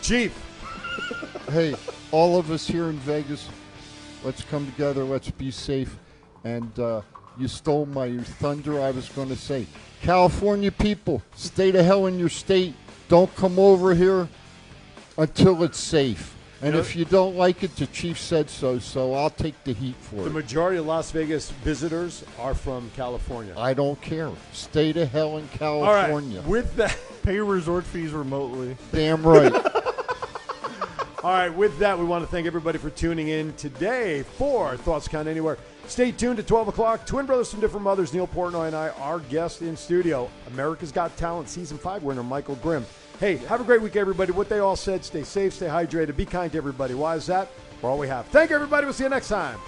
Chief. hey, all of us here in Vegas, let's come together. Let's be safe. And uh, you stole my thunder. I was going to say, California people, stay the hell in your state. Don't come over here until it's safe. You And know- if you don't like it, the chief said so. So I'll take the heat for The it. majority of Las Vegas visitors are from California. I don't care. Stay the hell in All right. California. With that, pay your resort fees remotely. Damn right. All right, with that, we want to thank everybody for tuning in today for Thoughts Count Anywhere. Stay tuned at 12 o'clock. Twin Brothers from Different Mothers, Neil Portnoy and I, our guest in studio. America's Got Talent Season 5 winner, Michael Grimm. Hey, have a great week, everybody. What they all said, stay safe, stay hydrated, be kind to everybody. Why is that? For all we have. Thank you, everybody. We'll see you next time.